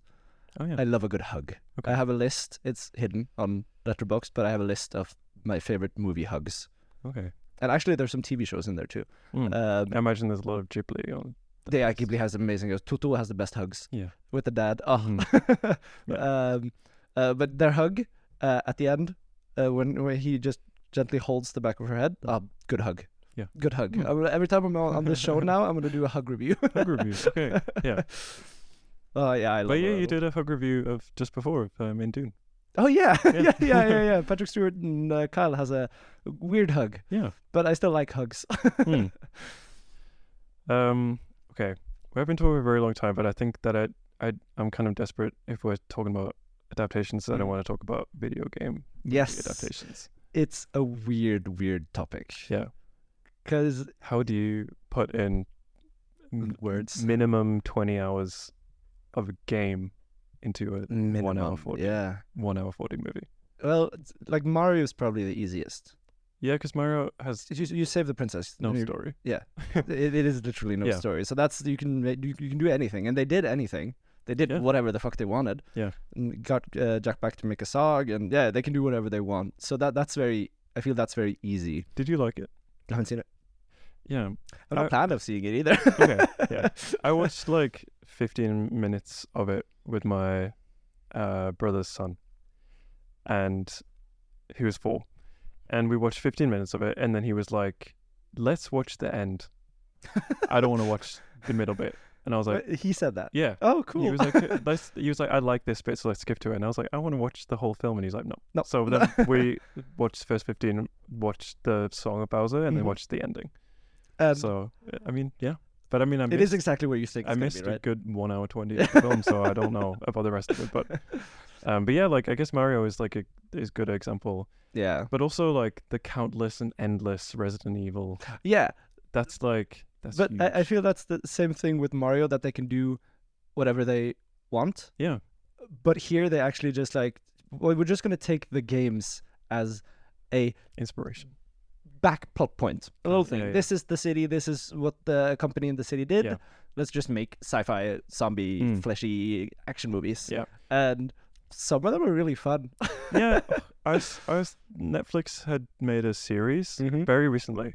S1: oh yeah.
S3: I love a good hug.
S1: Okay.
S3: I have a list. It's hidden on Letterboxd, but I have a list of my favorite movie hugs.
S1: okay.
S3: And actually, there's some TV shows in there too.
S1: Mm.
S3: Um,
S1: I imagine there's a lot of Ghibli on. that
S3: Daya
S1: list.
S3: Ghibli has amazing hugs. Tutu has the best hugs.
S1: Yeah.
S3: With the dad. Oh.
S1: Yeah.
S3: um, uh, but their hug uh, at the end, uh, when, when he just gently holds the back of her head, oh, good hug.
S1: Mm. Yeah.
S3: Good hug.
S1: Hmm.
S3: I will- every time I'm on, on this show now, I'm going to do a hug review.
S1: Hug reviews. Okay. Yeah.
S3: Oh, yeah. I love
S1: But yeah, you
S3: Arrival.
S1: did a hug review of just before of, um, in Dune.
S3: Oh yeah,
S1: Yeah.
S3: yeah, yeah, yeah, yeah. Patrick Stewart and uh, Kyle has a weird hug,
S1: Yeah.
S3: but I still like hugs.
S1: Hmm. Um. Okay. We have been talking for a very long time, but I think that I, I I'm kind of desperate if we're talking about adaptations. that I
S3: Mm.
S1: want to talk about video game
S3: yes,
S1: adaptations.
S3: it's a weird, weird topic.
S1: Yeah.
S3: Because
S1: How do you put in m-
S3: words,
S1: minimum 20 hours of a game into a
S3: minimum,
S1: hour 40.
S3: Yeah.
S1: one hour 40 movie.
S3: Well, it's- like Mario is probably the easiest.
S1: Yeah, because Mario has
S3: You, you save the princess.
S1: no
S3: then you-
S1: story.
S3: It, it is literally no
S1: Yeah.
S3: story. So that's you can ma- you, you can do anything, and they did anything. They did
S1: Yeah.
S3: whatever the fuck they wanted.
S1: Yeah.
S3: and got uh, Jack back to make a song, and yeah, they can do whatever they want. So that that's very. I feel that's very easy.
S1: Did you like it?
S3: I haven't seen it.
S1: Yeah.
S3: I'm not
S1: I-
S3: planning of seeing it either.
S1: Okay. yeah. I watched like 15 minutes of it with my uh, brother's son, and he was four. And we watched 15 minutes of it, and then he was like, let's watch the end. I don't want to watch the middle bit. And I was like,
S3: But he said that.
S1: yeah.
S3: Oh, cool.
S1: He was like, "Uh, let's, he was like, I like this bit, so let's skip to it. And I was like, I want to watch the whole film. And he's like, no.
S3: No.
S1: So then we watched the first 15, watched the song of Bowser, and then
S3: Mhm.
S1: watched the ending.
S3: And
S1: so, I mean, yeah. But I mean, I
S3: Um, it
S1: missed,
S3: is exactly what you think.
S1: I
S3: it's gonna
S1: missed
S3: be,
S1: a
S3: right?
S1: good one hour 20 of the film, so I don't know about the rest of it. But, um, but yeah, like, I guess Mario is like a is good example.
S3: Yeah.
S1: But also, like, the countless and endless Resident Evil.
S3: Yeah.
S1: That's like, that's
S3: but
S1: huge.
S3: I, I feel that's the same thing with Mario that they can do whatever they want.
S1: Yeah.
S3: But here they actually just like, well, we're just going to take the games as a
S1: inspiration.
S3: back plot point. A little
S1: Yeah,
S3: thing.
S1: yeah.
S3: This is the city. This is what the company in the city did.
S1: Yeah.
S3: Let's just make sci-fi, zombie,
S1: Mm.
S3: fleshy action movies.
S1: Yeah.
S3: And some of them are really fun.
S1: yeah, I, s- I s- Netflix had made a series
S3: Mhm.
S1: very recently,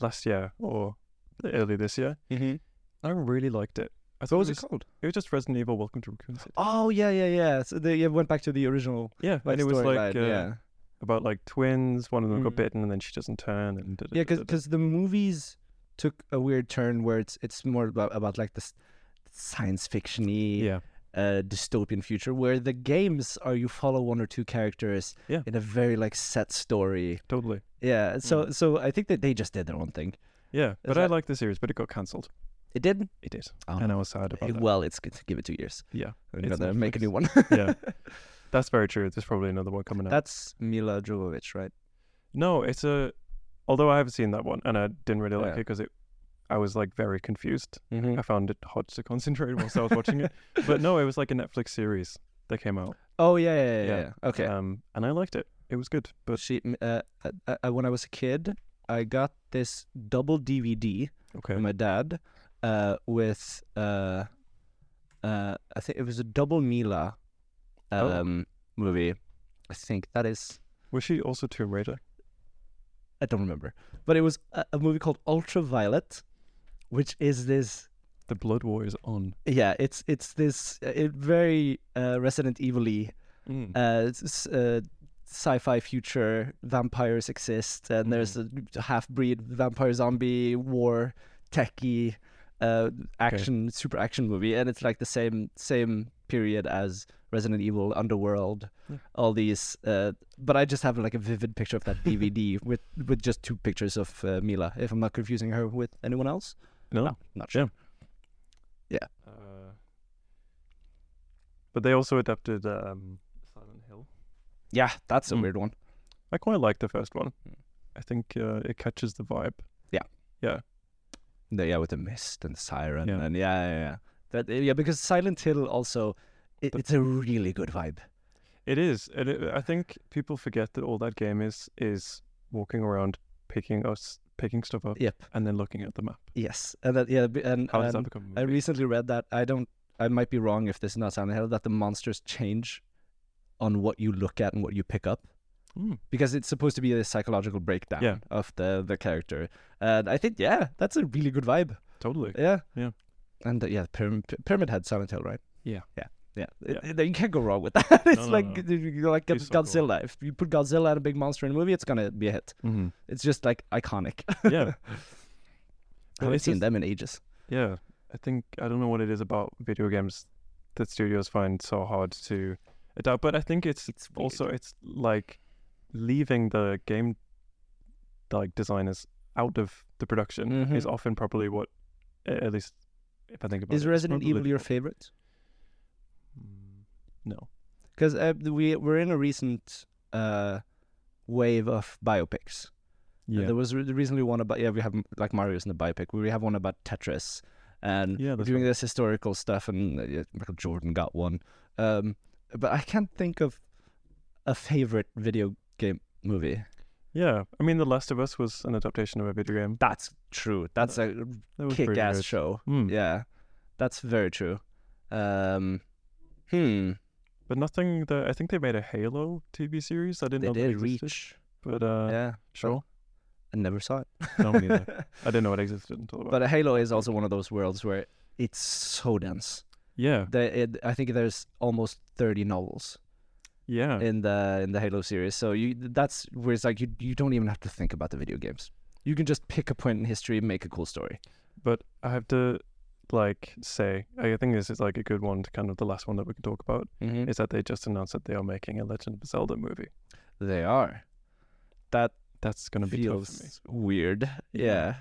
S1: last year or early this year.
S3: Mm-hmm.
S1: I really liked it. I thought
S3: What was
S1: it
S3: it called?
S1: It was just Resident Evil: Welcome to Raccoon City.
S3: Oh yeah, yeah, yeah. So they yeah, went back to the original.
S1: Yeah,
S3: Like,
S1: and it was like
S3: storyline,
S1: uh,
S3: yeah,
S1: about like twins. One of them
S3: Mm.
S1: got bitten, and then she doesn't turn. And
S3: yeah, because the movies took a weird turn where it's it's more about, about like this science fictiony
S1: yeah,
S3: uh, dystopian future where the games are you follow one or two characters
S1: Yeah.
S3: in a very like set story.
S1: totally.
S3: Yeah, so
S1: Mm-hmm.
S3: so I think that they just did their own thing.
S1: Yeah, but I
S3: that-
S1: liked the series, but it got cancelled.
S3: It did.
S1: It did,
S3: Oh,
S1: and I was sad about
S3: Eh,
S1: that.
S3: well, it's good to give it two years.
S1: Yeah,
S3: We're
S1: It's
S3: gonna make a
S1: Netflix.
S3: new one.
S1: yeah, that's very true. There's probably another one coming out.
S3: That's Mila Jovovich, right?
S1: no, it's a. Although I haven't seen that one, and I didn't really like
S3: Yeah.
S1: it because it, I was like very confused.
S3: Mm-hmm.
S1: I found it hard to concentrate whilst I was watching it. But no, it was like a Netflix series that came out.
S3: Oh yeah, yeah, yeah.
S1: Yeah.
S3: yeah. Okay.
S1: Um, and I liked it. It was good. But
S3: she m- uh, uh, uh, uh, when I was a kid, I got this double DVD
S1: okay,
S3: from my dad uh, with uh, uh, I think it was a double Mila
S1: Oh.
S3: um, movie. I think that is
S1: Was she also Tomb Raider?
S3: I don't remember. But it was a, a movie called Ultraviolet, which is this.
S1: The Blood War is on.
S3: Yeah, it's it's this uh, it very uh, Resident Evil-y uh, s- uh, sci-fi future vampires exist
S1: Mm-hmm.
S3: and there's a half-breed vampire zombie war techie uh, action super action movie and it's like the same same period as Resident Evil Underworld
S1: Yeah.
S3: all these uh, but I just have like a vivid picture of that DVD with with just two pictures of uh, Mila if I'm not confusing her with anyone else
S1: No.
S3: no not sure
S1: Uh, but they also adapted um, Silent Hill.
S3: yeah that's a
S1: Mm.
S3: weird one
S1: I quite like the first one.
S3: Mm.
S1: I think uh, it catches the vibe.
S3: The, yeah, with the mist and the siren
S1: Yeah.
S3: and yeah, yeah, yeah. That eh, yeah, because Silent Hill also it,
S1: The-
S3: it's a really good vibe.
S1: It is, and it, I think people forget that all that game is is walking around picking us picking stuff up
S3: Yep.
S1: and then looking at the map.
S3: Yes, and that yeah, b- and,
S1: How does that
S3: and
S1: become? a
S3: I
S1: movie?
S3: recently read that I don't I might be wrong if this is not Silent Hill that the monsters change on what you look at and what you pick up
S1: Mm.
S3: because it's supposed to be a psychological breakdown
S1: Yeah.
S3: of the the character, and I think yeah, that's a really good vibe.
S1: Totally.
S3: Yeah,
S1: Yeah.
S3: And uh, yeah, Pyram- P- Pyramid had Silent Hill, right?
S1: Yeah.
S3: yeah, yeah.
S1: Yeah.
S3: It- it- you can't go wrong with that. it's
S1: no,
S3: like
S1: no.
S3: you- you're like
S1: He's so cool.
S3: Godzilla. If you put Godzilla and a big monster in a movie, it's gonna be a hit.
S1: Mhm.
S3: It's just like iconic.
S1: Yeah.
S3: I
S1: But
S3: haven't
S1: it's
S3: seen
S1: just-
S3: them in ages.
S1: Yeah, I think I don't know what it is about video games that studios find so hard to adapt, but I think it's
S3: It's weird.
S1: also it's like leaving the game like designers out of the production
S3: Mhm.
S1: is often probably what a- at least if I think about it,
S3: Is
S1: it's
S3: Resident
S1: probably
S3: Evil your
S1: what-
S3: favorite?
S1: Mm, No.
S3: Because uh, we we're in a recent uh, wave of biopics. Uh,
S1: Yeah.
S3: There was re- recently one about yeah we have m- like Mario's in the biopic. We have one about Tetris, and
S1: Yeah,
S3: we're
S1: that's
S3: doing this historical stuff, and uh, yeah, Michael Jordan got one. Um, but I can't think of a favorite video game movie.
S1: Yeah. I mean, The Last of Us was an adaptation of a video game.
S3: That's true. That's a
S1: That Uh, was pretty
S3: kick-ass
S1: good.
S3: show.
S1: Mm.
S3: Yeah, that's very true. Um, hmm.
S1: But nothing that I think they made a Halo TV series. I didn't
S3: They
S1: know
S3: did
S1: that existed,
S3: reach.
S1: But uh,
S3: yeah,
S1: sure.
S3: I never saw it.
S1: No, me neither. I didn't know it existed until about.
S3: but Halo is also one of those worlds where it's so dense.
S1: yeah,
S3: The, it, I think there's almost 30 novels
S1: yeah,
S3: in the in the Halo series. So you that's where it's like you you don't even have to think about the video games. You can just pick a point in history and make a cool story.
S1: but I have to like say I think this is like a good one to kind of the last one that we can talk about
S3: Mm-hmm.
S1: is that they just announced that they are making a Legend of Zelda movie.
S3: They are. That
S1: That's gonna be tough for me.
S3: feels weird.
S1: Yeah.
S3: Yeah.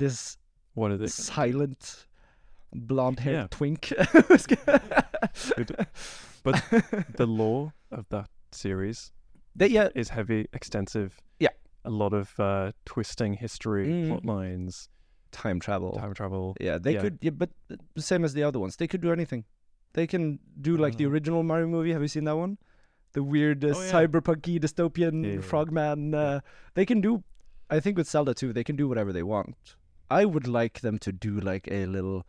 S3: This
S1: What are they?
S3: silent blonde haired
S1: Yeah.
S3: twink.
S1: but the lore of that series
S3: They- yeah,
S1: is heavy, extensive.
S3: Yeah.
S1: a lot of uh, twisting history,
S3: Mm.
S1: plot lines,
S3: time travel.
S1: time travel.
S3: Yeah, they
S1: Yeah.
S3: could. Yeah, but uh, the same as the other ones, they could do anything. They can do like the
S1: Uh-huh.
S3: original Mario movie. Have you seen that one? The weird uh,
S1: Oh, yeah.
S3: cyberpunky dystopian
S1: Yeah, yeah, yeah.
S3: frogman. Uh, they can do. I think with Zelda too, they can do whatever they want. I would like them to do like a little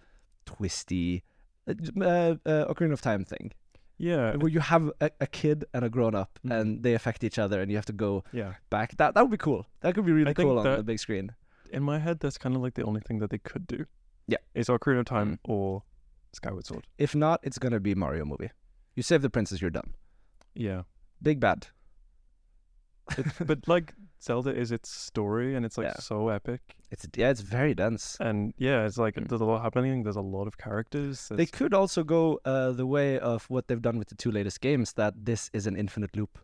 S3: twisty. Uh, uh, uh, Ocarina of Time thing,
S1: Yeah,
S3: where you have a, a kid and a grown up,
S1: Mhm.
S3: and they affect each other, and you have to go
S1: yeah.
S3: back. That that would be cool. That could be really
S1: think
S3: cool on
S1: that-
S3: the big screen.
S1: In my head, that's kind of like the only thing that they could do.
S3: Yeah. Mm.
S1: is Ocarina of Time or Skyward Sword.
S3: If not, it's gonna be Mario movie. You save the princess, you're done.
S1: Yeah,
S3: Big bad.
S1: but like Zelda is its story, and it's like
S3: Yeah.
S1: so epic.
S3: It's yeah, it's very dense.
S1: And yeah, it's like
S3: Mm.
S1: there's a lot happening. There's a lot of characters.
S3: They
S1: there's-
S3: could also go uh, the way of what they've done with the two latest games that this is an infinite loop.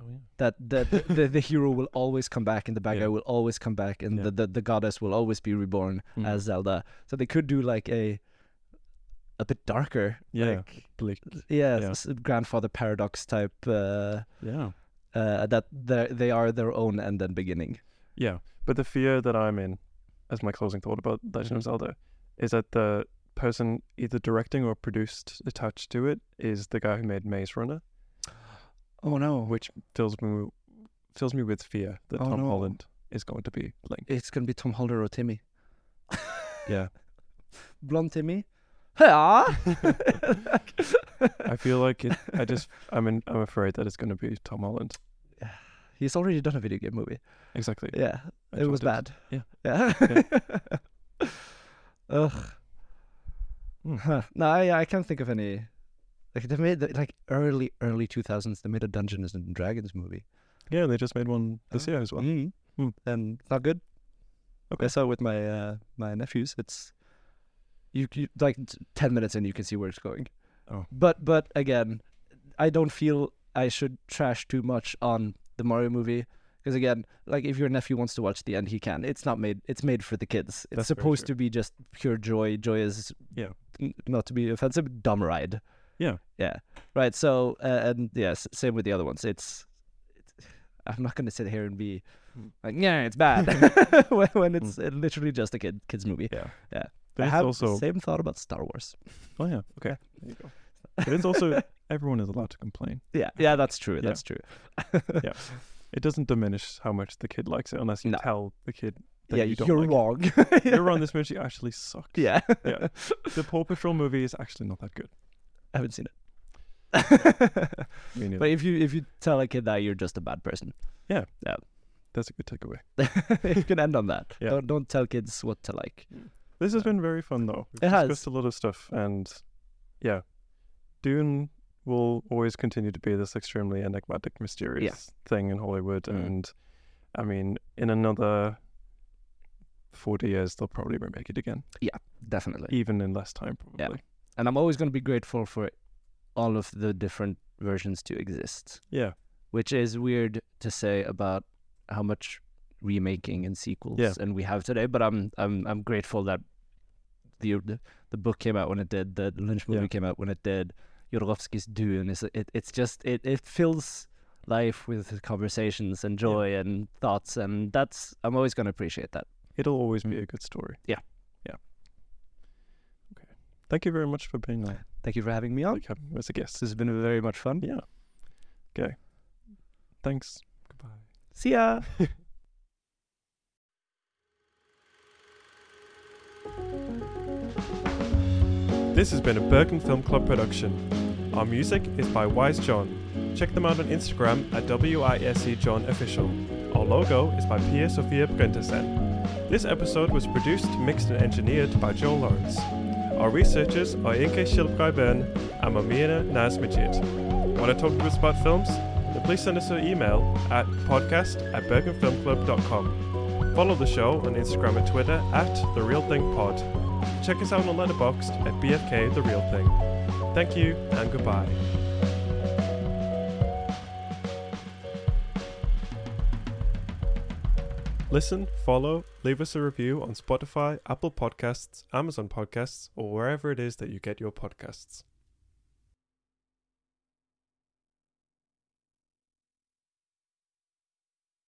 S1: oh yeah.
S3: That the, the the hero will always come back and the bad
S1: Yeah.
S3: guy will always come back and
S1: Yeah.
S3: the, the, the goddess will always be reborn
S1: Mm.
S3: as Zelda. So they could do like a a bit darker.
S1: Yeah.
S3: Like,
S1: Bleak.
S3: yeah,
S1: Yeah.
S3: s- grandfather paradox type uh,
S1: Yeah.
S3: uh, that they're- they are their own end and beginning.
S1: Yeah. But the fear that I'm in, as my closing thought about Legend of Zelda, is that the person either directing or produced attached to it is the guy who made Maze Runner,
S3: Oh no.
S1: which fills me fills me with fear that
S3: Oh,
S1: Tom
S3: no.
S1: Holland is going to be Link.
S3: It's gonna be Tom Holder or Timmy.
S1: Yeah.
S3: Blonde Timmy. Yeah.
S1: I feel like it, I just I'm in, I'm afraid that it's going to be Tom Holland.
S3: He's already done a video game movie.
S1: Exactly.
S3: Yeah,
S1: I
S3: it was
S1: thought
S3: bad.
S1: Yeah.
S3: Yeah. Ugh.
S1: Hmm.
S3: Huh. No, I, I can't think of any. Like they made the, like early early two thousands. They made a Dungeons and Dragons movie.
S1: Yeah, they just made one this
S3: Oh.
S1: year as well.
S3: Mm.
S1: Hmm.
S3: And it's not good.
S1: Okay.
S3: I saw it with my uh, my nephews. It's you, you like t- ten minutes in, you can see where it's going.
S1: Oh.
S3: But but again, I don't feel I should trash too much on the Mario movie because again, like if your nephew wants to watch the end, he can. It's not made. It's made for the kids. It's
S1: That's very
S3: supposed
S1: true.
S3: to be just pure joy. Joy is
S1: Yeah.
S3: n- not to be offensive, dumb ride.
S1: Yeah.
S3: Yeah. Right. So uh, and yes, same with the other ones. It's, it's I'm not gonna sit here and be
S1: Mm.
S3: like, yeah, it's bad when, when it's uh, literally just a kid kids movie.
S1: Yeah.
S3: Yeah.
S1: But
S3: I
S1: it's
S3: have
S1: also
S3: the same thought about Star Wars.
S1: Oh yeah. Okay. There you go. But it's also everyone is allowed to complain.
S3: Yeah. Yeah. That's true.
S1: Yeah.
S3: That's true.
S1: It doesn't diminish how much the kid likes it unless you
S3: No.
S1: tell the kid that
S3: yeah.
S1: you don't
S3: are
S1: like it.
S3: wrong.
S1: You're wrong, this movie actually sucks.
S3: yeah.
S1: Yeah. The Paw Patrol movie is actually not that good.
S3: I haven't seen it.
S1: Me neither.
S3: but if you if you tell a kid that you're just a bad person,
S1: That's a good takeaway.
S3: you can end on that.
S1: Yeah.
S3: Don't don't tell kids what to like.
S1: This has
S3: Yeah.
S1: been very fun though. We've
S3: It has.
S1: discussed a lot of stuff and yeah. Dune will always continue to be this extremely enigmatic, mysterious thing in Hollywood
S3: Mm.
S1: and I mean, in another forty years they'll probably remake it again.
S3: Definitely.
S1: Even in less time probably.
S3: and I'm always going to be grateful for all of the different versions to exist,
S1: Yeah.
S3: which is weird to say about how much remaking and sequels
S1: Yeah.
S3: and we have today. But I'm I'm I'm grateful that the the, the book came out when it did, the Lynch movie
S1: Yeah.
S3: came out when it did, Jodorowsky's Dune is it, it's just it it fills life with conversations and joy and thoughts and that's I'm always going to appreciate that.
S1: It'll always be a good story.
S3: Yeah.
S1: Yeah. Okay. Thank you very much for being on.
S3: Thank you for having me on.
S1: Like having me as a guest.
S3: This has been very much fun.
S1: Yeah. Okay. Thanks. Goodbye.
S3: See ya.
S1: This has been a Bergen Film Club production. Our music is by Wise John. Check them out on Instagram at WISE E John Official. Our logo is by Pia Sofia Brentesen. This episode was produced, mixed, and engineered by Joel Lawrence. Our researchers are Inke Shilpkai Bern and Mamina Nazmajid. Want to talk to us about films? Then please send us an email at podcast at bergenfilmclub.com. Follow the show on Instagram and Twitter at The Real Thing Pod check us out on Letterboxd at BFK The Real Thing. Thank you and goodbye. Listen, follow, leave us a review on Spotify, Apple Podcasts, Amazon Podcasts, or wherever it is that you get your podcasts.